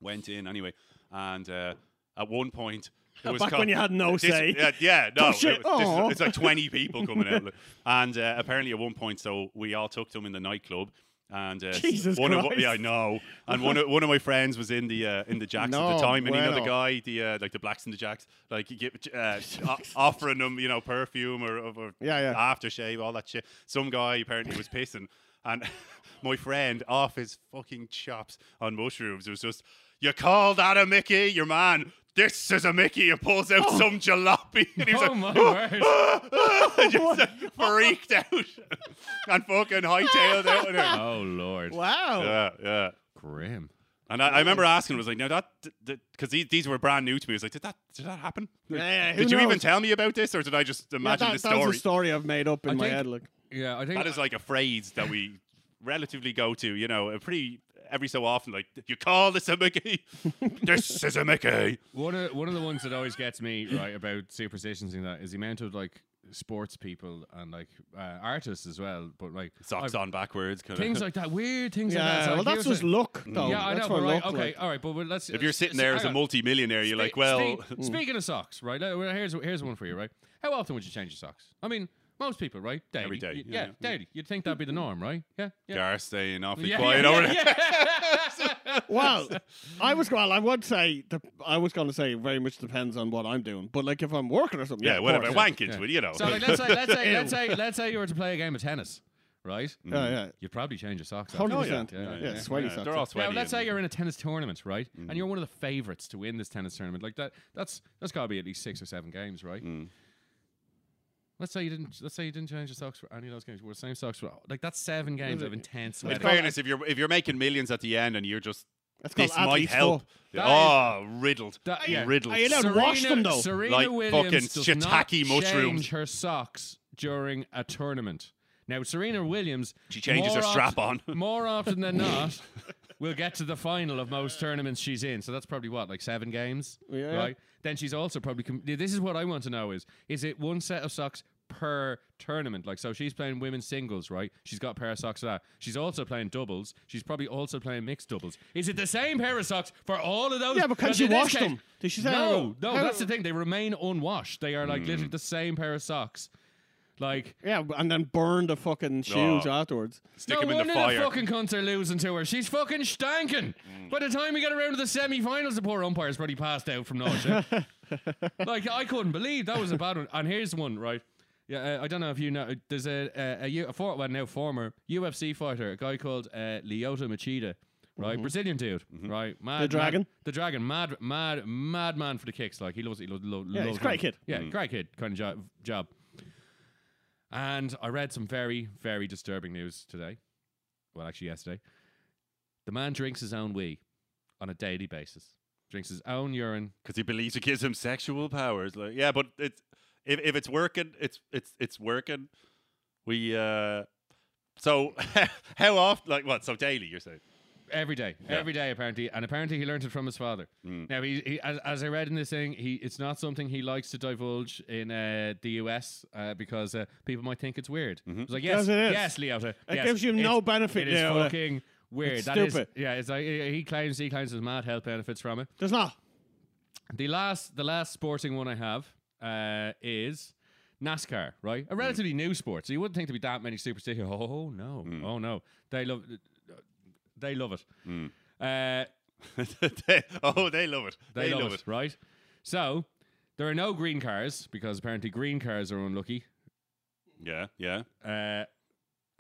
S1: Went in anyway, and uh, at one point it was
S2: Back
S1: co-
S2: when you had no
S1: this-
S2: say.
S1: Yeah, yeah, no.
S2: Tough shit.
S1: it was- this is-
S2: Aw.
S1: it's like twenty people coming out, like- and uh, apparently at one point, so we all took them in the nightclub. And uh, s-
S2: Jesus
S1: one of
S2: Christ.
S1: yeah, I know. And one of, one of my friends was in the uh, in the jacks at
S2: No
S1: the time, and you know
S2: bueno.
S1: the guy, the uh, like the blacks and the jacks, like you get, uh, o- offering them, you know, perfume or, or
S2: Yeah, yeah.
S1: aftershave, all that shit. Some guy apparently was pissing, and my friend off his fucking chops on mushrooms was just, "You called that a Mickey, your man." This is a Mickey. He pulls out
S2: Oh.
S1: some jalopy, and he's like,
S3: Oh my word!
S1: just like, freaked out and fucking hightailed out of there.
S3: Oh lord,
S2: wow.
S1: Yeah, yeah.
S3: grim.
S1: And I, I remember asking, was like, "Now that because these, these were brand new to me, I was like, did that did that happen?
S2: Yeah, yeah, who
S1: did you even
S2: knows?
S1: tell me about this, or did I just
S2: Yeah,
S1: imagine
S2: that,
S1: this
S2: that was
S1: story?
S2: a story I've made up in
S3: I
S2: my
S3: think-
S2: head. Like,
S3: Yeah, I think
S1: That is like a phrase that we relatively go to, you know, a pretty every so often. Like, you call this a Mickey? this is a Mickey.
S3: One of one of the ones that always gets me right about superstitions and that is the amount of like sports people and like uh, artists as well, but like
S1: Socks
S3: I've-
S1: on backwards. Kind
S3: things like that, weird things like that. It's
S2: yeah,
S3: like,
S2: well, that's
S3: here's
S2: just
S3: a-
S2: luck, though.
S3: yeah, I
S2: that's
S3: know,
S2: what
S3: but right,
S2: luck
S3: okay,
S2: like.
S3: all right, but well, let's.
S1: if you're sitting there as a multi-millionaire, you're like,
S3: Spe-
S1: well, hmm.
S3: speak- speaking of socks, right? uh, well, Here's here's one for you, right? How often would you change your socks? I mean, Most people, right? Daily.
S1: Every day,
S3: Y-
S1: yeah,
S3: Yeah,
S1: yeah.
S3: daily. You'd think that'd be the norm, right? Yeah. Yeah.
S1: Gar staying awfully
S3: Yeah,
S1: quiet
S3: yeah,
S1: over there.
S3: yeah.
S2: Well, I was well. I would say the, I was going to say it very much depends on what I'm doing. But like if I'm working or something,
S1: Yeah,
S2: yeah, of
S1: whatever.
S2: course.
S1: Wankage,
S3: yeah.
S1: will you know?
S3: so like, let's say let's say let's say let's say you were to play a game of tennis, right?
S2: Yeah, yeah,
S3: You'd probably change your socks. after.
S2: hundred
S1: Mm. yeah.
S2: percent.
S3: Yeah, yeah,
S2: Yeah,
S3: yeah.
S2: sweaty
S1: Yeah,
S2: socks.
S1: They're all
S3: Yeah,
S1: sweaty.
S3: but let's say
S1: and-
S3: you're in a tennis tournament, right? And you're one of the favorites to win this tennis tournament. Like that, that's that's got to be at least six or seven games, right? Let's say you didn't. Let's say you didn't change your socks for any of those games. You wore the same socks for like that's seven games of intense.
S1: In
S3: sweating.
S1: fairness, if you're if you're making millions at the end and you're just
S2: That's called
S1: this might
S2: athlete's
S1: help.
S2: foot.
S3: That
S1: oh, riddled,
S3: That- yeah.
S1: riddled.
S2: Are you allowed- Then wash them, though.
S3: Serena
S1: Like
S3: Williams
S1: fucking
S3: does
S1: shiitake
S3: not
S1: mushrooms.
S3: change her socks during a tournament. Now Serena Williams,
S1: She changes
S3: more
S1: her strap on.
S3: more often than not. Will get to the final of most tournaments she's in, so that's probably what like seven games,
S2: Yeah.
S3: right? Then she's also probably. Com- this is what I want to know: is is it one set of socks per tournament? Like, so she's playing women's singles, right? She's got a pair of socks of that. She's also playing doubles. She's probably also playing mixed doubles. Is it the same pair of socks for all of those?
S2: Yeah, but can
S3: Because
S2: she
S3: in this
S2: wash
S3: case-
S2: them? Did she say
S3: no,
S2: how-
S3: no, that's the thing. They remain unwashed. They are like
S2: Hmm.
S3: literally the same pair of socks. Like
S2: Yeah, and then burn the fucking shoes afterwards.
S1: Stick
S3: no
S1: him in the
S3: wonder
S1: fire. Mm.
S3: fucking cunts are losing to her. She's fucking stankin'. By the time we get around to the semi-finals, the poor umpire's probably passed out from nausea. like I couldn't believe that was a bad one. And here's one, right? Yeah, uh, I don't know if you know. There's a a, a, U- a for, well, now former UFC fighter, a guy called uh, Lyoto Machida, right?
S1: Mm-hmm.
S3: Brazilian dude, right? Mad,
S2: The dragon?
S3: mad- the dragon, mad, mad, mad man for the kicks. Like he loves, he loves, lo-
S2: he's
S3: loves
S2: a great
S3: him.
S2: kid.
S3: Yeah, great kid, kind of job. job. And I read some very, very disturbing news today. Well, actually, yesterday. The man drinks his own wee on a daily basis. Drinks his own urine.
S1: because he believes it gives him sexual powers. Like, yeah, but it's if, if it's working, it's it's it's working. We uh, so how often? Like what? So daily, you're saying?
S3: Every day, every day apparently, and apparently he learned it from his father.
S2: Hmm.
S3: Now, he, he as, as I read in this thing, he it's not something he likes to divulge in uh, the US uh, because uh, people might think it's weird. It's like yes,
S2: Mm-hmm. Yes, it is.
S3: yes, Leota, it
S2: gives you no benefit,
S3: It is
S2: Leota.
S3: fucking weird.
S2: It's
S3: That is-
S2: stupid.
S3: yeah, it's like he he claims he claims there's mad health benefits from it.
S2: There's not.
S3: The last the last sporting one I have uh, is NASCAR, right? A relatively new sport, so you wouldn't think there'd be that many superstitions. Oh no, oh no, they love they love it. Uh,
S1: They- oh, they love it.
S3: they, love, it. right? So there are no green cars because apparently green cars are unlucky,
S1: Yeah, yeah.
S3: uh,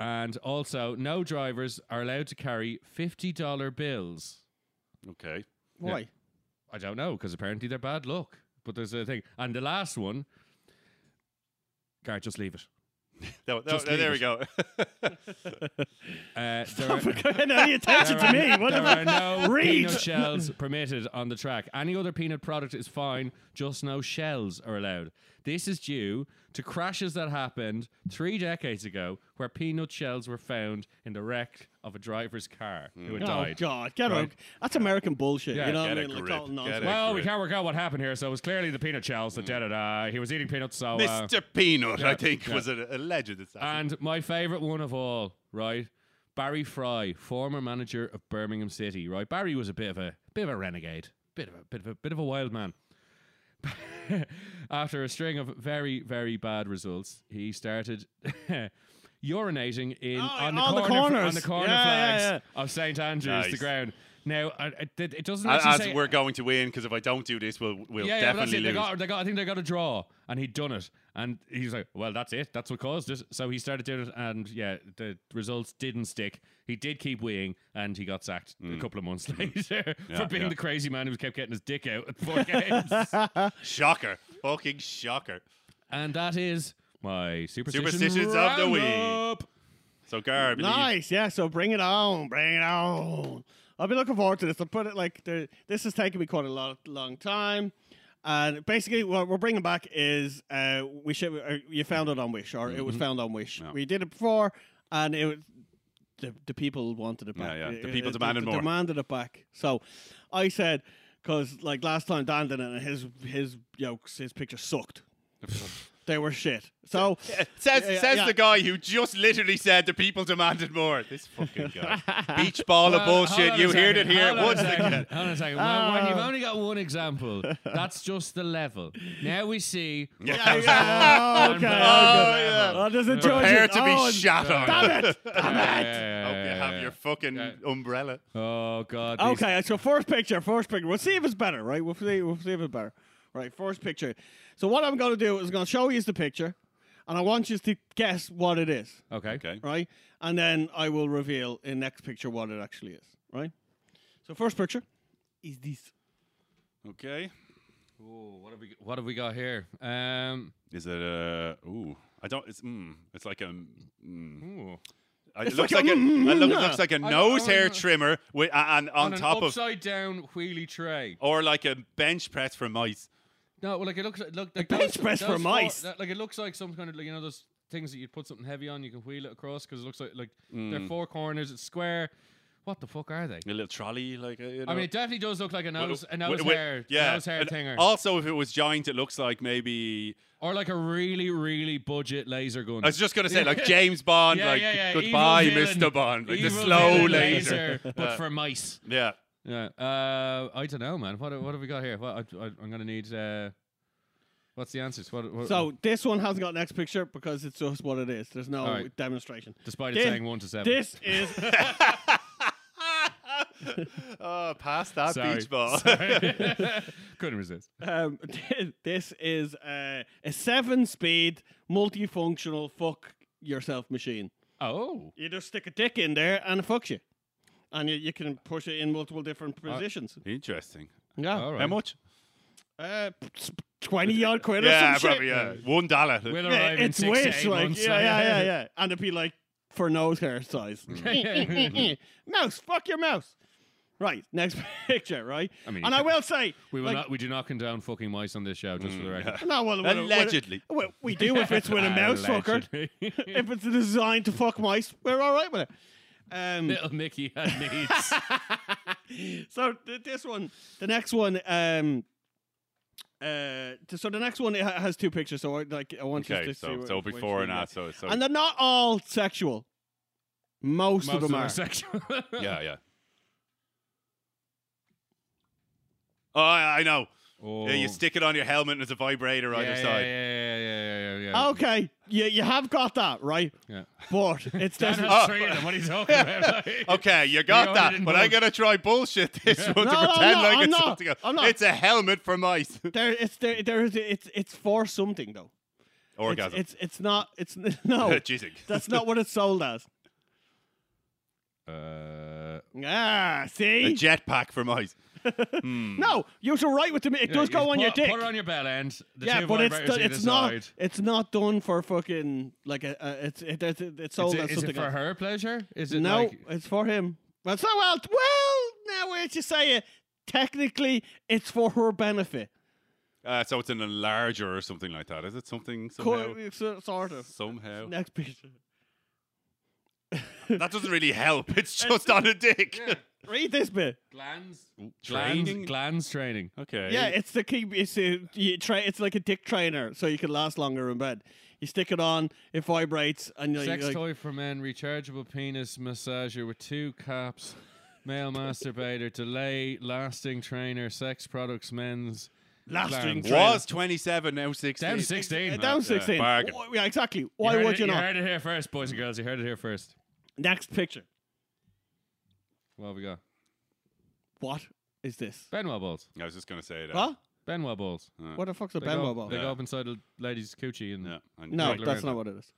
S3: and also no drivers are allowed to carry fifty dollar bills.
S1: Okay.
S2: Why?
S3: I don't know because apparently they're bad luck. But there's a thing, and the last one, Garrett, just leave it.
S1: No, no,
S3: Just
S1: no, there we
S3: leave
S1: go.
S3: Uh, there are,
S2: Paying any attention to me? What
S3: there
S2: the
S3: are no
S2: Read.
S3: peanut shells permitted on the track. Any other peanut product is fine, just no shells are allowed. This is due to crashes that happened three decades ago where peanut shells were found in the wreck of a driver's car who had
S2: Oh
S3: died.
S2: God, get
S3: Right.
S2: out! That's American bullshit.
S3: Yeah,
S2: you know
S1: get
S2: what I
S1: a
S2: mean? Like
S1: grip,
S2: total
S1: get
S2: nonsense.
S1: a-
S3: Well, we
S1: Accurate.
S3: can't work out what happened here, so it was clearly the peanut shells
S2: Mm.
S3: that did it. Uh, he was eating peanuts, so. Uh,
S1: Mr. Peanut, I think,
S3: yeah.
S1: was a, a legend. It's
S3: and my favourite one of all, right? Barry Fry, former manager of Birmingham City, right? Barry was a bit of a bit of a renegade, bit of a bit of a bit of a wild man. After a string of very very bad results, he started urinating in
S2: Oh,
S3: on, the
S2: on
S3: corner,
S2: the
S3: on
S2: corners.
S3: the corner
S2: Yeah, yeah,
S3: flags of St Andrews, the
S1: Nice.
S3: ground. Now, I, I- it, it doesn't actually
S1: as
S3: say
S1: we're going to win, because if I don't do this, we'll we'll
S3: yeah, yeah, but that's
S1: definitely
S3: it. They
S1: lose.
S3: got, they got, I think they got a draw, and he'd done it. And he's like, "Well, that's it. That's what caused it." So he started doing it, and yeah, the results didn't stick. He did keep winning, and he got sacked a couple of months later for
S1: Mm. Yeah,
S3: being
S1: yeah.
S3: the crazy man who kept getting his dick out at four games.
S1: Shocker! Fucking shocker!
S3: and that is my superstition
S1: Superstitions of the week.
S3: roundup.
S1: So Gar, I believe-
S2: Nice, yeah. So bring it on, bring it on. I'll be looking forward to this. I put it like the, this has taken me quite a lot, long time, and basically what we're bringing back is uh, we should uh, you found it on Wish or it was
S1: Mm-hmm.
S2: found on Wish. We did it before, and it was the, the people wanted it
S1: Yeah,
S2: back.
S1: yeah. The
S2: It- it-
S1: people demanded more.
S2: Demanded it back. So I said because like last time Dan did it, and his his jokes, his picture sucked. They were shit. So
S1: Says
S2: Yeah,
S1: says
S2: yeah.
S1: the guy who just literally said the people demanded more. This fucking guy. Beach ball of bullshit. You heard it here
S3: Hold on
S1: once
S3: a second.
S1: again. Ah.
S3: Hold on a second. Well, well, you've only got one example. That's just the level. Now we see. what
S1: Yeah.
S3: goes
S2: Yeah,
S3: on
S2: okay,
S3: on
S1: Oh,
S3: the
S1: yeah.
S3: level.
S2: I just enjoyed
S1: Prepare
S2: it.
S1: to be
S2: Oh, and-
S1: shot on.
S2: Damn it! Damn
S3: Yeah,
S2: it!
S3: yeah,
S1: Hope you
S3: yeah,
S1: have
S3: yeah.
S1: your fucking
S3: Yeah.
S1: umbrella.
S3: Oh God. these-
S2: Okay, so first picture, first picture. We'll see if it's better, right? We'll see, we'll see if it's better. Right, first picture. So what I'm going to do is going to show you the picture, and I want you to guess what it is,
S3: Okay.
S1: Okay.
S2: right? And then I will reveal in next picture what it actually is, right? So first picture is this.
S1: Okay.
S3: Ooh, what have we? What have we got here? Um.
S1: Is it uh ooh. I don't it's mm, it's like a mm,
S3: ooh.
S1: I-
S2: It's
S1: it looks
S2: like
S1: like,
S2: a
S1: a,
S2: mm,
S1: it look-
S2: yeah.
S1: looks like a
S3: I- I
S1: nose hair
S3: wanna-
S1: trimmer with and on
S3: an
S1: top of
S3: upside down wheelie tray.
S1: or like a bench press for mice.
S3: No, well, like it looks like look, like
S2: bench
S3: those-
S2: press for
S3: those four-
S2: mice.
S3: that- like it looks like some kind of like you know those things that you put something heavy on, you can wheel it across because it looks like like
S1: Mm.
S3: they're four corners, it's square. What the fuck are they?
S1: A little trolley like uh, you know.
S3: I mean, it definitely does look like a
S1: Wi-
S3: nose, a
S1: wi-
S3: nose
S1: wi-
S3: hair,
S1: yeah.
S3: nose hair
S1: and
S3: thinger,
S1: Also, if it was giant, it looks like maybe
S3: or like a really, really budget laser gun.
S1: I was just gonna say like James Bond,
S3: yeah,
S1: like
S3: yeah, yeah. evil
S1: goodbye,
S3: villain-
S1: Mr. Bond, like the
S3: evil
S1: slow
S3: villain
S1: laser.
S3: but for mice.
S1: Yeah,
S3: Yeah. Uh, I don't know, man. What what have we got here? What I, I, I'm gonna need. Uh, what's the answers? What, what
S2: So this one hasn't got next picture because it's just what it is. There's no
S3: All right.
S2: demonstration.
S3: despite it
S2: This-
S3: saying one to seven.
S2: This is
S1: oh, past that
S3: Sorry.
S1: beach ball.
S3: Sorry. Couldn't resist.
S2: um, this is uh, a seven-speed multifunctional fuck yourself machine.
S3: Oh.
S2: You just stick a dick in there and it fucks you. And you, you can push it in multiple different positions.
S1: Interesting.
S2: yeah.
S3: Uh, All right.
S1: How much?
S2: Uh, p- s- 20 odd quid or
S1: yeah,
S2: some
S1: probably.
S2: shit.
S1: Yeah, one dollar.
S3: Will
S2: Yeah,
S3: arrive in
S2: it's
S3: six to
S2: wish.
S3: eight
S2: Like,
S3: months.
S2: yeah, yeah, yeah, yeah. And it'd be like for nose hair size.
S3: Mm.
S2: mouse, fuck your mouse. Right, next picture, right?
S3: I mean,
S2: and
S3: you
S2: I
S3: could-
S2: will say,
S3: We will
S2: like,
S3: not. We do not condone fucking mice on this show, just
S1: Mm,
S3: for the record.
S2: No, well, well, well,
S1: Allegedly.
S2: well, we do if it's with a mouse fucker.
S3: Allegedly.
S2: If it's designed to fuck mice, we're all right with it. Um,
S3: Little Nicky had needs.
S2: so th- this one, the next one, um, uh, t- so the next one it ha- has two pictures. So I like I want you
S1: Okay,
S2: to see
S1: so
S2: what-
S1: so
S2: what
S1: before
S2: you
S1: and
S2: get.
S1: after. So, so
S2: and they're not all sexual. Most,
S3: Most
S2: of them are.
S3: sexual.
S1: yeah, yeah. Oh, I I know.
S3: Oh.
S1: Yeah, you stick it on your helmet and there's a vibrator
S3: yeah,
S1: either
S3: yeah,
S1: side.
S3: Yeah, yeah, yeah, yeah, yeah. yeah.
S2: okay, you you have got that right,
S3: Yeah.
S2: but it's
S3: Dan
S2: this.
S3: has
S1: Oh.
S3: three of them. What are you talking about?
S1: Okay, you
S3: own
S1: got
S3: it
S1: that,
S3: in
S1: but
S3: both.
S1: I'm gonna try bullshit this one to
S2: No, no, I'm
S1: pretend
S2: not,
S1: like
S2: I'm
S1: it's
S2: not,
S1: something else.
S2: I'm not.
S1: It's a helmet for mice.
S2: there, it's there, there is it's it's for something though. It's-
S1: Orgasm.
S2: It's, it's not it's n- no.
S1: Jizzing.
S2: That's not what it's sold as.
S3: Uh,
S2: Ah,
S1: a
S2: see,
S1: jetpack for mice.
S2: no, you should write with them. It
S3: yeah,
S2: does
S3: you
S2: go on
S3: put,
S2: your dick.
S3: Put it on your bell end. The
S2: yeah,
S3: two
S2: but it's
S3: vibrators
S2: do-
S3: either
S2: it's not
S3: side.
S2: it's not done for fucking like a, a it's it, it's it's sold
S3: Is it,
S2: as
S3: is it
S2: something
S3: for
S2: else.
S3: her pleasure? Is it
S2: no,
S3: like
S2: it's for him. Well, so well, well, now where to say it? Technically, it's for her benefit.
S1: Uh, so it's an enlarger or something like that. Is it something somehow?
S2: Co- it's a- sort of.
S1: Somehow.
S2: Next picture.
S1: That doesn't really help. It's just on a dick.
S2: Read this bit.
S3: glands?
S1: Training?
S3: Glands, glands training.
S1: Okay.
S2: Yeah, it's the key. It's a, you try. It's like a dick trainer, so you can last longer in bed. You stick it on, it vibrates, and you're
S3: Sex
S2: like,
S3: toy for men, rechargeable penis massager with two caps, male masturbator, delay, lasting trainer, sex products, men's.
S2: lasting.
S3: Clarence.
S2: trainer.
S1: was 27 now 16.
S3: Down to 16.
S2: Uh, down
S1: Yeah,
S2: sixteen.
S1: bargain.
S2: Wh- yeah, exactly.
S3: You
S2: Why
S3: heard
S2: would
S3: it,
S2: you not?
S3: heard it here first, boys and girls. You heard it here first.
S2: Next picture.
S3: What have we got?
S2: What is this?
S3: Benoit balls.
S1: I was just gonna say that.
S2: What?
S3: Benoit balls.
S2: What the fuck's a
S3: They
S2: Benoit
S3: go,
S2: ball?
S3: They
S1: Yeah.
S3: go up inside a lady's coochie and
S1: Yeah, and-
S2: No,
S3: Regular
S2: that's
S3: round.
S2: not what it is.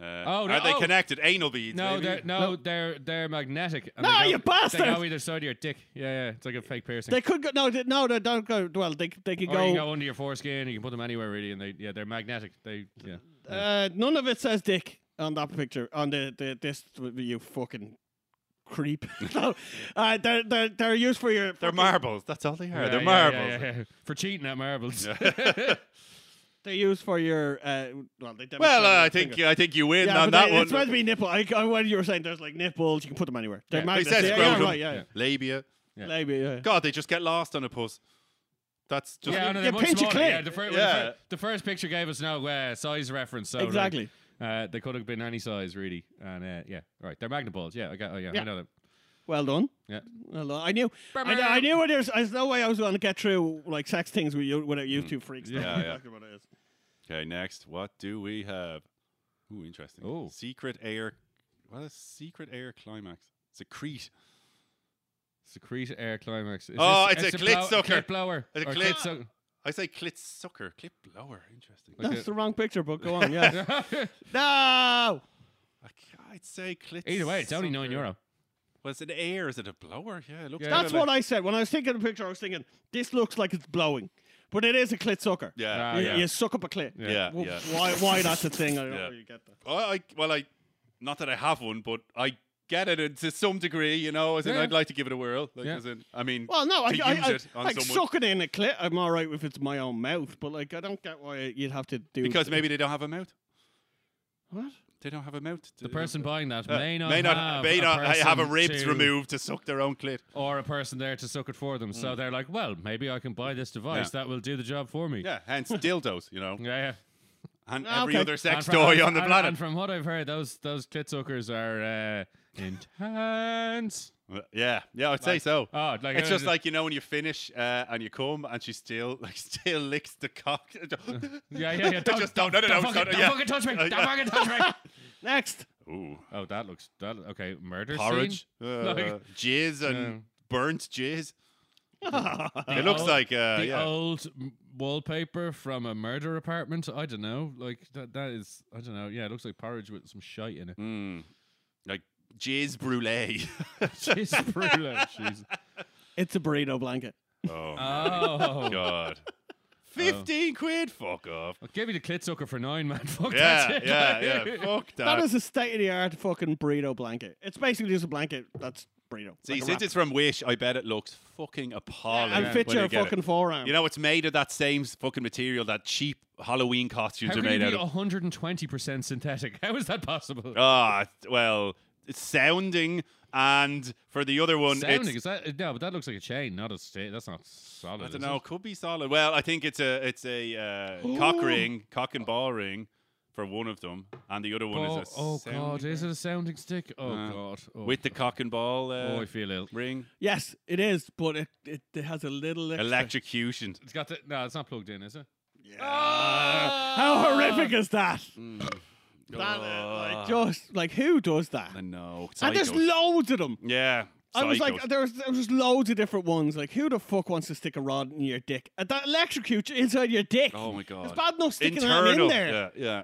S1: Uh,
S3: Oh, no-
S1: Are they
S3: oh.
S1: connected? Anal beads.
S3: No,
S1: maybe?
S3: they're no,
S2: No.
S3: they're they're magnetic. and
S2: No,
S3: they go-
S2: you bastard!
S3: They go either side of your dick. Yeah, yeah, it's like a fake piercing.
S2: They could go. No, they, no, they don't go. Well, they they could
S3: or Oh, you
S2: go.
S3: can go under your foreskin. You can put them anywhere really, and they yeah, they're magnetic. They yeah.
S2: uh, none of it says dick on that picture. On the, the this you fucking creep. no, uh, they're they're they're used for your.
S1: They're
S2: fucking-
S1: marbles. That's all they are.
S3: Yeah,
S1: they're
S3: yeah,
S1: marbles.
S3: yeah, yeah. For cheating at marbles.
S2: They're used for your. Uh, well, they
S1: Well,
S2: demonstrate
S1: uh,
S2: your
S1: I think
S2: finger.
S1: I think you win
S2: Yeah,
S1: on that
S2: but they- It's meant
S1: one.
S2: to be nipple. I, I, when you were saying there's like nipples, you can put them anywhere. They're
S3: Yeah.
S1: He
S2: magnets.
S1: says
S2: yeah, yeah,
S1: scrotum,
S2: right, yeah, yeah.
S1: labia.
S3: Yeah.
S2: Maybe, yeah.
S1: God, they just get lost on a puss. That's just
S3: yeah, no,
S2: Yeah,
S3: they're much
S2: paint it
S3: smaller.
S2: clear.
S3: Yeah, the, fir- well, the
S1: Yeah.
S3: fir- the first picture gave us no uh, size reference. So like,
S2: Exactly.
S3: uh, they could have been any size really. And uh, yeah, all right, they're magna balls. Yeah, I got. Oh yeah,
S2: Yeah.
S3: I know them.
S2: Well done.
S3: Yeah.
S2: Well done. I knew. I, kn- I knew where there's. There's no way I was going to get through like sex things with you, without you two freaks. knowing
S1: Mm. Yeah, yeah.
S2: exactly what it is.
S1: Okay, next, what do we have? Ooh, interesting.
S3: Ooh.
S1: Secret air. What is secret air climax? Secrete.
S3: Secrete air climax. Is
S1: Oh, it's a clit
S3: blow-
S1: sucker.
S3: clit blower.
S1: It's a
S3: or
S1: clit-
S3: suck-
S1: I say clit sucker, clit blower. Interesting.
S3: Like
S2: That's
S3: a-
S2: the wrong picture, but go on. Yeah. no.
S1: I c- I'd say clit.
S3: Either way, it's only nine
S1: sucker.
S3: euro.
S1: Was it air? Is it a blower? Yeah, it looks.
S3: Yeah.
S2: That's
S1: kinda
S2: what
S1: like-
S2: I said when I was thinking of the picture. I was thinking this looks like it's blowing, but it is a clit sucker.
S1: Yeah,
S3: Ah,
S2: You,
S3: yeah.
S2: you suck up a clit.
S1: yeah, yeah.
S2: Well, Why? Why that's a thing? I don't
S1: Yeah.
S2: know. You get that.
S1: Well, I, well, I, not that I have one, but I get it to some degree. You know, as in
S3: Yeah.
S1: I'd like to give it a whirl. Like,
S3: Yeah.
S1: as in, I mean,
S2: Well, no, I,
S1: to
S2: I,
S1: use
S2: I,
S1: it on
S2: like
S1: someone
S2: sucking in a clit. I'm all right if it's my own mouth, but like I don't get why you'd have to do
S1: because maybe they don't have a mouth.
S2: what?
S1: They don't have a mouth.
S3: The person buying that may not
S1: Uh, may not
S3: have
S1: may
S3: a
S1: not have a
S3: person
S1: ribs
S3: to-
S1: removed to suck their own clit.
S3: or a person there to suck it for them.
S1: Mm.
S3: So they're like, well, maybe I can buy this device that will do the job for me.
S1: Yeah, hence dildos, you know,
S3: yeah. yeah.
S1: and
S2: Ah,
S1: every
S2: okay.
S1: other sex
S3: And from-
S1: toy on the
S3: and-
S1: planet.
S3: And from what I've heard, those those clit suckers are uh, intense.
S1: yeah, yeah, I'd say so.
S3: Oh, like
S1: it's just like you know when you finish uh, and you come and she still like still licks the cock.
S3: yeah, yeah, yeah. Don't,
S1: just
S3: don't,
S1: don't, no, no, no,
S3: don't, fucking,
S1: don't-
S3: don't
S1: yeah.
S3: fucking touch me.
S1: Uh,
S3: Don't
S1: yeah.
S3: fucking touch me.
S2: Next,
S1: Ooh,
S3: oh, that looks that okay. Murder
S1: porridge,
S3: Scene?
S1: uh,
S3: Like-
S1: jizz, and
S3: Yeah.
S1: burnt jizz.
S3: The
S1: It looks
S3: old-
S1: like uh,
S3: the
S1: yeah.
S3: old m- wallpaper from a murder apartment. I don't know. Like that. That is. I don't know. Yeah, it looks like porridge with some shite in it.
S1: Mm. Like jizz brulee.
S3: Jeez, brutal. Jeez.
S2: it's a burrito blanket.
S1: oh my
S3: Oh.
S1: god. Fifteen quid. Fuck off.
S3: Well, give me the clit sucker for nine, man. Fuck
S1: Yeah,
S3: that. shit.
S1: yeah, yeah. Fuck that.
S2: that is a state of the art fucking burrito blanket. It's basically just a blanket that's burrito.
S1: See,
S2: like a
S1: since
S2: wrap.
S1: it's from Wish, I bet it looks fucking appalling.
S2: and
S1: when
S2: fit
S1: you
S2: your
S1: get it.
S2: fucking forearm.
S1: You know, it's made of that same fucking material that cheap Halloween costumes
S3: How
S1: are
S3: can
S1: made
S3: you
S1: out
S3: be
S1: of.
S3: 120% synthetic? How is that possible?
S1: Ah, it's- well, it's sounding, and for the other one,
S3: Sounding
S1: it's.
S3: is that no, but that looks like a chain, not a state. That's not solid.
S1: I
S3: is
S1: don't know.
S3: it?
S1: Could be solid. Well, I think it's a it's a uh,
S2: Oh.
S1: cock ring, cock and ball ring, for one of them, and the other one
S3: Oh,
S1: is a.
S3: oh
S1: sounding
S3: god, is it
S1: ring.
S3: a sounding stick? Oh
S1: Uh,
S3: god, oh,
S1: With the cock and ball uh,
S3: oh, I feel ill.
S1: ring,
S2: yes, it is, but it, it, it has a little extra-
S1: electrocution.
S3: It's got the no, it's not plugged in, is it?
S2: Ah,
S1: Oh.
S2: how horrific is that? That, uh, like, just like who does that?
S1: I know.
S2: And there's
S1: psychos.
S2: loads of them.
S1: yeah.
S2: I was
S1: psychos.
S2: like, there's there's loads of different ones. Like, who the fuck wants to stick a rod in your dick? Uh, that electrocute you inside your dick.
S1: Oh my god.
S2: It's bad enough uh, sticking that in there.
S1: Yeah, yeah.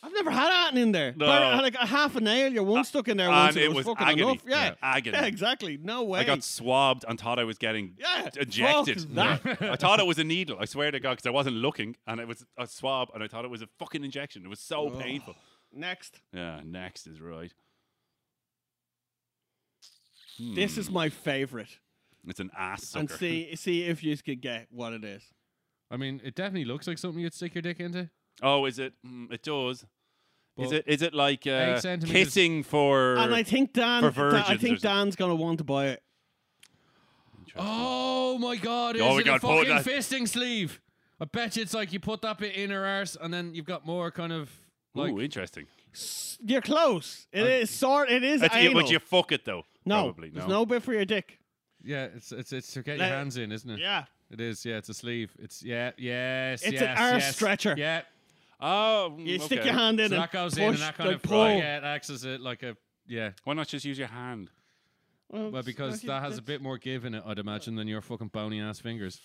S2: I've never had that in there.
S1: No. Uh,
S2: But I had like a half a nail, you're one stuck in there
S1: and
S2: once.
S1: it
S2: It was,
S1: was
S2: fucking
S1: agony.
S2: enough. Yeah.
S1: Yeah, agony.
S2: Yeah, exactly. No way.
S1: I got swabbed and thought I was getting
S2: Yeah,
S1: d- injected.
S2: fuck that.
S1: Yeah. I thought it was a needle. I swear to God, because I wasn't looking, and it was a swab, and I thought it was a fucking injection. It was so
S2: Ugh.
S1: painful.
S2: Next.
S1: Yeah, next is right.
S2: This is my favorite.
S1: It's an ass Hmm. sucker.
S2: And see see if you could get what it is.
S3: I mean, it definitely looks like something you'd stick your dick into.
S1: Oh, is it? Mm, it does. is
S3: But
S1: it? Is it like uh,
S3: centimeters-
S1: kissing for?
S2: And I think Dan
S1: for
S2: Dan- I
S1: virgins or
S2: think
S1: something.
S2: Dan's gonna want to buy it.
S3: Oh my god, is
S1: Oh my
S3: it
S1: God,
S3: a fucking
S1: put that-
S3: fisting sleeve? I bet you it's like you put that bit in her arse and then you've got more kind of like
S1: Ooh, interesting.
S2: You're close. It is sort it is
S1: It's, you,
S2: anal.
S1: Uh, would you fuck it though?
S2: no,
S1: Probably,
S2: there's no bit for your dick.
S3: Yeah, it's it's it's to get
S2: Let-
S3: your hands in, isn't
S1: Hmm.
S3: it?
S2: Yeah.
S3: It is, yeah, it's a sleeve. It's yeah, yes,
S2: It's an
S3: yes,
S2: arse
S3: yes.
S2: stretcher.
S3: Yeah.
S1: Oh, mm,
S2: You stick
S1: okay.
S2: your hand in
S3: Hmm, So
S2: and
S3: that goes
S2: push,
S3: in and that kind
S2: like
S3: of
S2: pull.
S3: yeah, it acts as a, like a yeah.
S1: Why not just use your hand?
S2: Well,
S3: Well,
S2: it's-
S3: because
S2: that's-
S3: that has a
S2: that's-
S3: bit more give in it, I'd imagine, than your fucking bony ass fingers.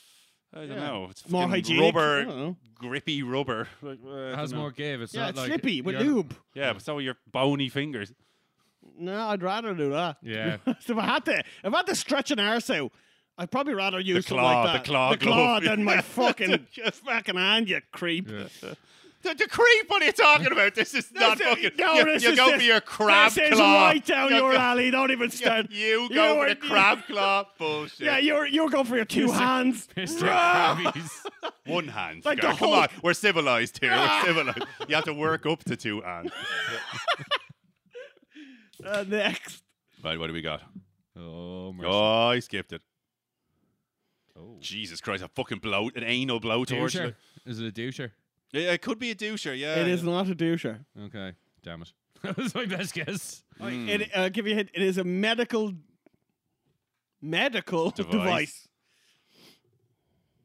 S1: I don't
S2: Yeah.
S1: know. It's
S2: more
S1: fucking
S2: hygienic. Oh. I
S1: rubber,
S2: don't know.
S1: grippy rubber. Like, uh, I
S3: It has
S1: dunno.
S3: more give. It's
S2: Yeah,
S3: not
S2: it's
S3: like
S2: slippy with
S3: you're-
S2: lube.
S1: Yeah, but so are your bony fingers.
S2: No, I'd rather do that.
S3: Yeah.
S2: if I had to, if I had to stretch an arse out, I'd probably rather use something
S1: claw,
S2: like
S1: the
S2: that.
S1: claw
S2: the claw,
S1: glove.
S2: than my fucking fucking hand, you creep.
S3: Yeah.
S1: The, the creep, what are you talking about? This is not
S2: That's
S1: fucking.
S2: it. No,
S1: you
S2: this
S1: you
S2: is
S1: go
S2: this-
S1: for your crab
S2: this is
S1: claw.
S2: right down
S1: You
S2: your
S1: go-
S2: alley. Don't even stand.
S1: You go for
S2: are-
S1: the crab claw. Bullshit.
S2: Yeah, you're you're going for your two hands.
S3: Mr.
S2: Rah!
S3: Krabby's.
S1: One hand.
S2: Like
S1: Gar.
S2: the
S1: Come on,
S2: Hulk.
S1: we're civilized here. We're civilized. You have to work up to two hands.
S2: Uh, next,
S1: right, what do we got?
S3: Oh, mercy.
S1: Oh, I skipped it.
S3: Oh.
S1: Jesus Christ, a fucking blow, an anal blowtorch.
S3: Doucher?
S1: Like-
S3: Is it a doucher?
S1: Yeah, it could be a doucher. Yeah,
S2: It is not a doucher.
S3: Okay. Damn it. that was my best guess.
S1: hmm. Mm.
S2: It, uh, give you a hint. It is a medical medical
S1: Device.
S2: device.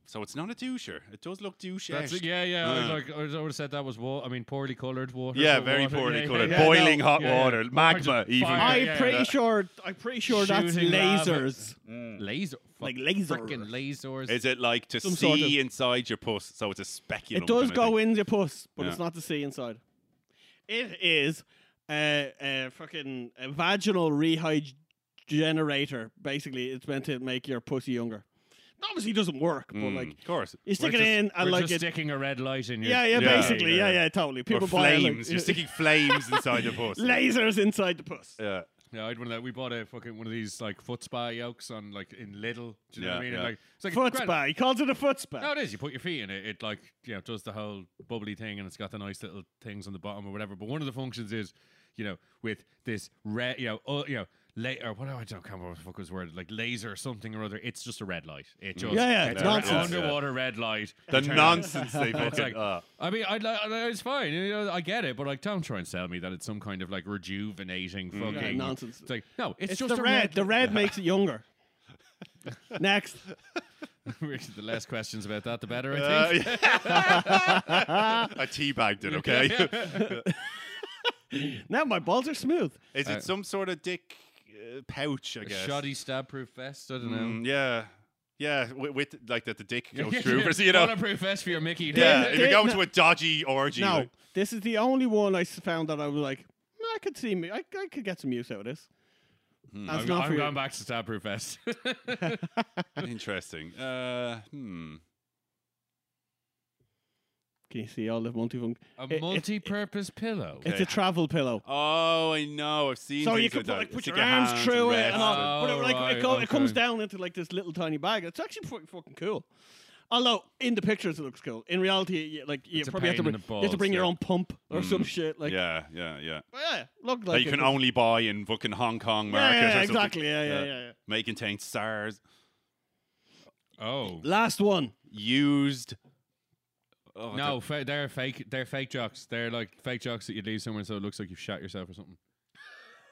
S1: So it's not a doucher. It does look douche.
S3: That's it. Yeah, yeah. I,
S1: Uh.
S3: like, I would have said that was water. I mean, poorly colored water.
S1: Yeah,
S3: but
S1: very
S3: water-
S1: poorly
S3: yeah,
S1: coloured.
S3: yeah, yeah,
S1: Boiling
S3: no,
S1: hot
S3: yeah, yeah.
S1: water, magma
S3: Orange-
S1: even.
S3: fire,
S2: I'm
S3: yeah,
S2: pretty
S3: yeah.
S2: sure. I'm pretty sure that's
S3: Shooting lava.
S2: lasers.
S3: laser, fuck,
S2: Like laser.
S3: frickin' lasers.
S1: Is it like to
S2: Some
S1: see
S2: sort of-
S1: inside your puss? So it's a speculum.
S2: It does
S1: kinda
S2: go
S1: thing.
S2: in your puss, but it's
S1: Yeah.
S2: not to see inside. It is a, a fucking a vaginal rehydrator. Basically, it's meant to make your pussy younger. Obviously, it doesn't work, but
S1: Mm,
S2: like
S1: of course.
S2: you stick
S3: We're
S2: it in
S3: just-
S2: and
S3: we're
S2: like
S3: just
S2: it.
S3: sticking a red light in your.
S2: Yeah, yeah,
S1: Yeah,
S2: basically, yeah, yeah, totally.
S1: Or
S2: People buy it, like,
S1: flames. You're sticking flames inside your puss.
S2: lasers inside the puss.
S1: Yeah.
S3: Yeah, I had one of that. We bought a fucking one of these like foot spa yolks on like in Lidl. Do you know what I
S1: Yeah,
S3: mean?
S1: yeah.
S3: And, like it's like
S2: Foot
S3: grand-
S2: spa. He calls it a foot spa.
S3: No, it is. You put your feet in it. It like you know does the whole bubbly thing, and it's got the nice little things on the bottom or whatever. But one of the functions is, you know, with this red, you know, uh, you know. La- or what I don't remember what the fuck was the word like laser or something or other. It's just a red light. It just
S2: Mm. Yeah, yeah,
S3: it's
S2: nonsense.
S3: an underwater red light.
S1: The
S3: You turn it on.
S1: nonsense they
S3: It's
S1: fucking.
S3: like-
S1: uh,
S3: I mean, I'd like, I- it's fine. You know, I get it, but like, don't try and sell me that it's some kind of like rejuvenating fucking
S2: Mm. Yeah, nonsense.
S3: It's like no, it's,
S2: It's
S3: just
S2: the
S3: a
S2: red. The red makes it younger. Next.
S3: the less questions about that, the better. I
S1: uh,
S3: think.
S1: I teabagged it. Okay.
S2: Now my balls are smooth.
S1: Is it some sort of dick uh, pouch? I
S3: A
S1: guess.
S3: shoddy stab-proof vest. I don't know.
S1: Mm, yeah. Yeah, with, with like that the dick goes
S3: Yeah,
S1: through.
S3: yeah,
S1: so, you know,
S3: Bulletproof vest for your
S1: yeah,
S3: Mickey.
S1: if
S2: Dick-
S1: you're
S2: dick-
S1: going
S2: no.
S1: to a dodgy orgy,
S2: No,
S1: like-
S2: this is the only one I s- found that I was like, "Mm, I could see me. I, I could get some use out of this. That's
S3: I'm,
S2: not
S3: I'm
S2: for you.
S3: going back to stab-proof vest.
S1: interesting. Uh, hmm.
S2: Can you see all the multifunction?
S3: a
S2: it-
S3: multi-purpose pillow.
S2: It's a travel pillow.
S1: Oh, I know. I've seen.
S2: So you
S1: things
S2: can put,
S1: that.
S2: like, put
S1: Stick
S2: your arms
S1: hands
S2: through it
S1: rest
S2: and all,
S3: Oh,
S2: but it, like,
S3: right,
S2: it, go,
S3: okay.
S2: it comes down into like this little tiny bag. It's actually pretty fucking cool. Although in the pictures it looks cool, in reality, you, like you
S3: It's a
S2: probably have to,
S3: pain in
S2: bring,
S3: the
S2: you have to
S3: balls,
S2: bring your
S3: yeah.
S2: own pump or some
S1: Mm.
S2: shit. Like, yeah,
S1: yeah, yeah, yeah.
S2: yeah look like
S1: That you
S2: it,
S1: can
S2: but-
S1: only buy in fucking Hong Kong
S2: yeah,
S1: market.
S2: yeah,
S1: or
S2: yeah,
S1: something.
S2: exactly. Yeah, yeah, yeah, yeah.
S1: May contain SARS.
S3: oh
S2: Last one.
S1: Used. Oh,
S3: no, fa- they're fake. They're fake jocks. They're like fake jocks that you leave somewhere so it looks like you've shot yourself or something.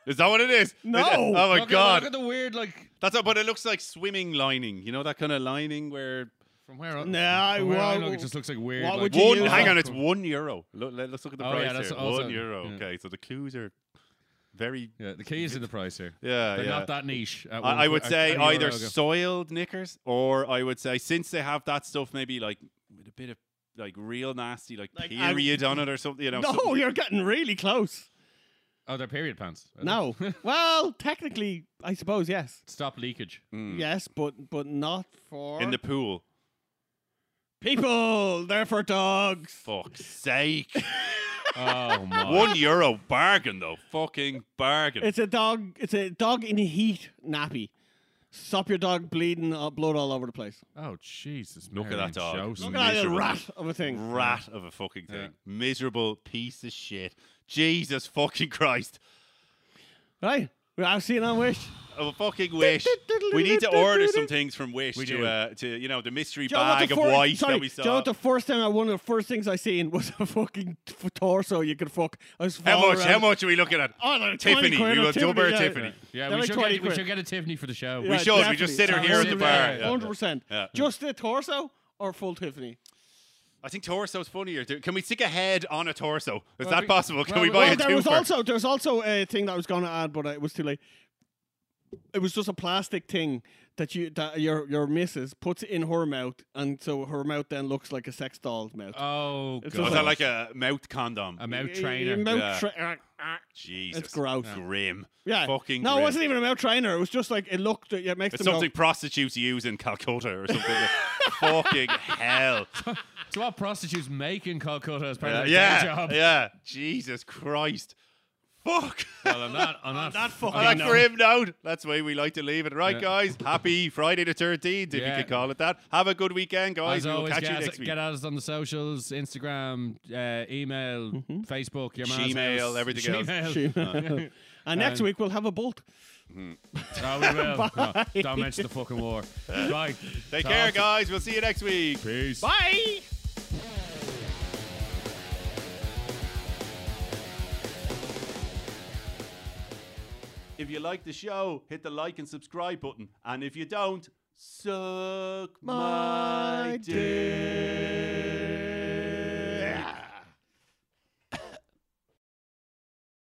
S1: the- Is that what it is?
S2: No.
S1: Is it- Oh my
S3: Look at-
S1: god.
S3: Look at the weird like
S1: That's what, but it looks like swimming lining. You know that kind of lining where
S3: from where. I-
S2: No, I-
S3: from where I
S2: wha-
S3: look, it just looks like weird.
S2: what
S3: like-
S2: would you
S1: one.
S2: use
S1: Hang
S2: that
S1: on, it's
S3: for?
S1: one euro. Look, let, us look at the
S3: Oh,
S1: price
S3: yeah, that's
S1: here.
S3: also-
S1: one euro.
S3: yeah.
S1: Okay, so the clues are very.
S3: Yeah, the keys in the price here.
S1: Yeah,
S3: They're
S1: yeah.
S3: not that niche. at one
S1: I, I would
S3: point-
S1: say
S3: at- at
S1: either
S3: Euro,
S1: soiled knickers or I would say since they have that stuff, maybe like with a bit of like real nasty like,
S2: Like, I-
S1: period on it or something. You know,
S2: No,
S1: something-
S2: you're getting really close.
S3: Oh, they're period pants. are they?
S2: No. well, technically, I suppose yes.
S3: Stop leakage.
S1: Mm.
S2: Yes, but but not for
S1: in the pool.
S2: people. They're for dogs.
S1: Fuck's sake!
S3: Oh my.
S1: One euro bargain though, fucking bargain.
S2: It's a dog. It's a dog in heat nappy. Stop your dog bleeding uh, blood all over the place.
S3: Oh Jesus!
S1: Look at
S3: Mary
S1: that dog.
S3: Joseph.
S1: Look
S2: Look at that little
S1: Miserable.
S2: rat of a thing.
S1: Rat of a fucking thing,
S3: Mm. Yeah.
S1: miserable piece of shit. Jesus fucking Christ!
S2: Right? Well, I've seen on Wish.
S1: I fucking wish we need to order some things from Wish
S3: We
S1: to
S3: do.
S1: uh, to you know the mystery
S2: Do you know what
S1: bag
S2: the
S1: of
S2: fir-
S1: white
S2: sorry,
S1: that we saw.
S2: do you know what the first time I one of the first things I seen was a fucking t- torso you could fuck. I was
S1: how
S2: falling
S1: much?
S2: around.
S1: How much are we looking at?
S2: Oh, like 20
S1: Tiffany,
S2: quid
S1: we
S2: or
S1: will
S2: Tiffany,
S1: double
S2: yeah.
S1: Tiffany.
S3: Yeah,
S2: They're
S3: we
S2: like
S3: should,
S2: 20
S3: get, we
S2: quid.
S3: should get a Tiffany for the show.
S1: We
S2: Yeah,
S1: should. We just sit her
S2: definitely.
S1: here at the
S3: Sit
S1: bar.
S3: there.
S1: Yeah.
S2: Hundred percent.
S1: Yeah.
S2: Just the torso or full Tiffany?
S1: I think torso's funnier. Do- Can we stick a head on a torso? Is
S3: Well,
S1: that
S3: we-
S1: possible? Can
S3: well,
S1: we
S3: we-
S1: buy
S2: well,
S1: a
S2: there was
S1: twofer?
S2: also there was also a thing that I was going to add, but it was too late. It was just a plastic thing that you that your your missus puts in her mouth, and so her mouth then looks like a sex doll's mouth.
S3: Oh
S2: It's
S3: god!
S1: was
S2: also-
S1: that like a mouth condom?
S3: a mouth
S2: Y- y-
S3: trainer?
S2: mouth
S1: Yeah.
S2: tra-
S1: Jesus,
S2: gross.
S1: Grim.
S2: yeah.
S1: Fucking.
S2: no,
S1: grim.
S2: it wasn't even a mouth trainer. It was just like it looked. It makes
S1: It's
S2: them go,
S1: something prostitutes use in Calcutta or something. fucking hell.
S3: So what prostitutes make in Calcutta as part
S1: Yeah,
S3: of their day
S1: yeah,
S3: job?
S1: yeah. Jesus Christ. Fuck.
S3: Well, on that, on that,
S2: that fucking
S1: On that
S2: note.
S1: grim note, that's the way we like to leave it. Right,
S3: Yeah.
S1: guys. Happy Friday the 13th, if
S3: Yeah.
S1: you can call it that. Have a good weekend, guys.
S3: As
S1: We will
S3: always,
S1: catch
S3: get,
S1: Oh, you
S3: us-
S1: next week.
S3: get at us on the socials: Instagram, uh, email, Facebook, your man's
S1: Mm-hmm. Gmail,
S3: house,
S1: everything else.
S3: Gmail.
S2: She- And next
S3: Um,
S2: week we'll have a bolt.
S3: Oh, we will. No, don't mention the fucking war. Right.
S1: Take
S3: Talk.
S1: care, guys. We'll see you next week.
S3: Peace.
S1: Bye. If you like the show, hit the like and subscribe button. And if you don't, suck my, dick.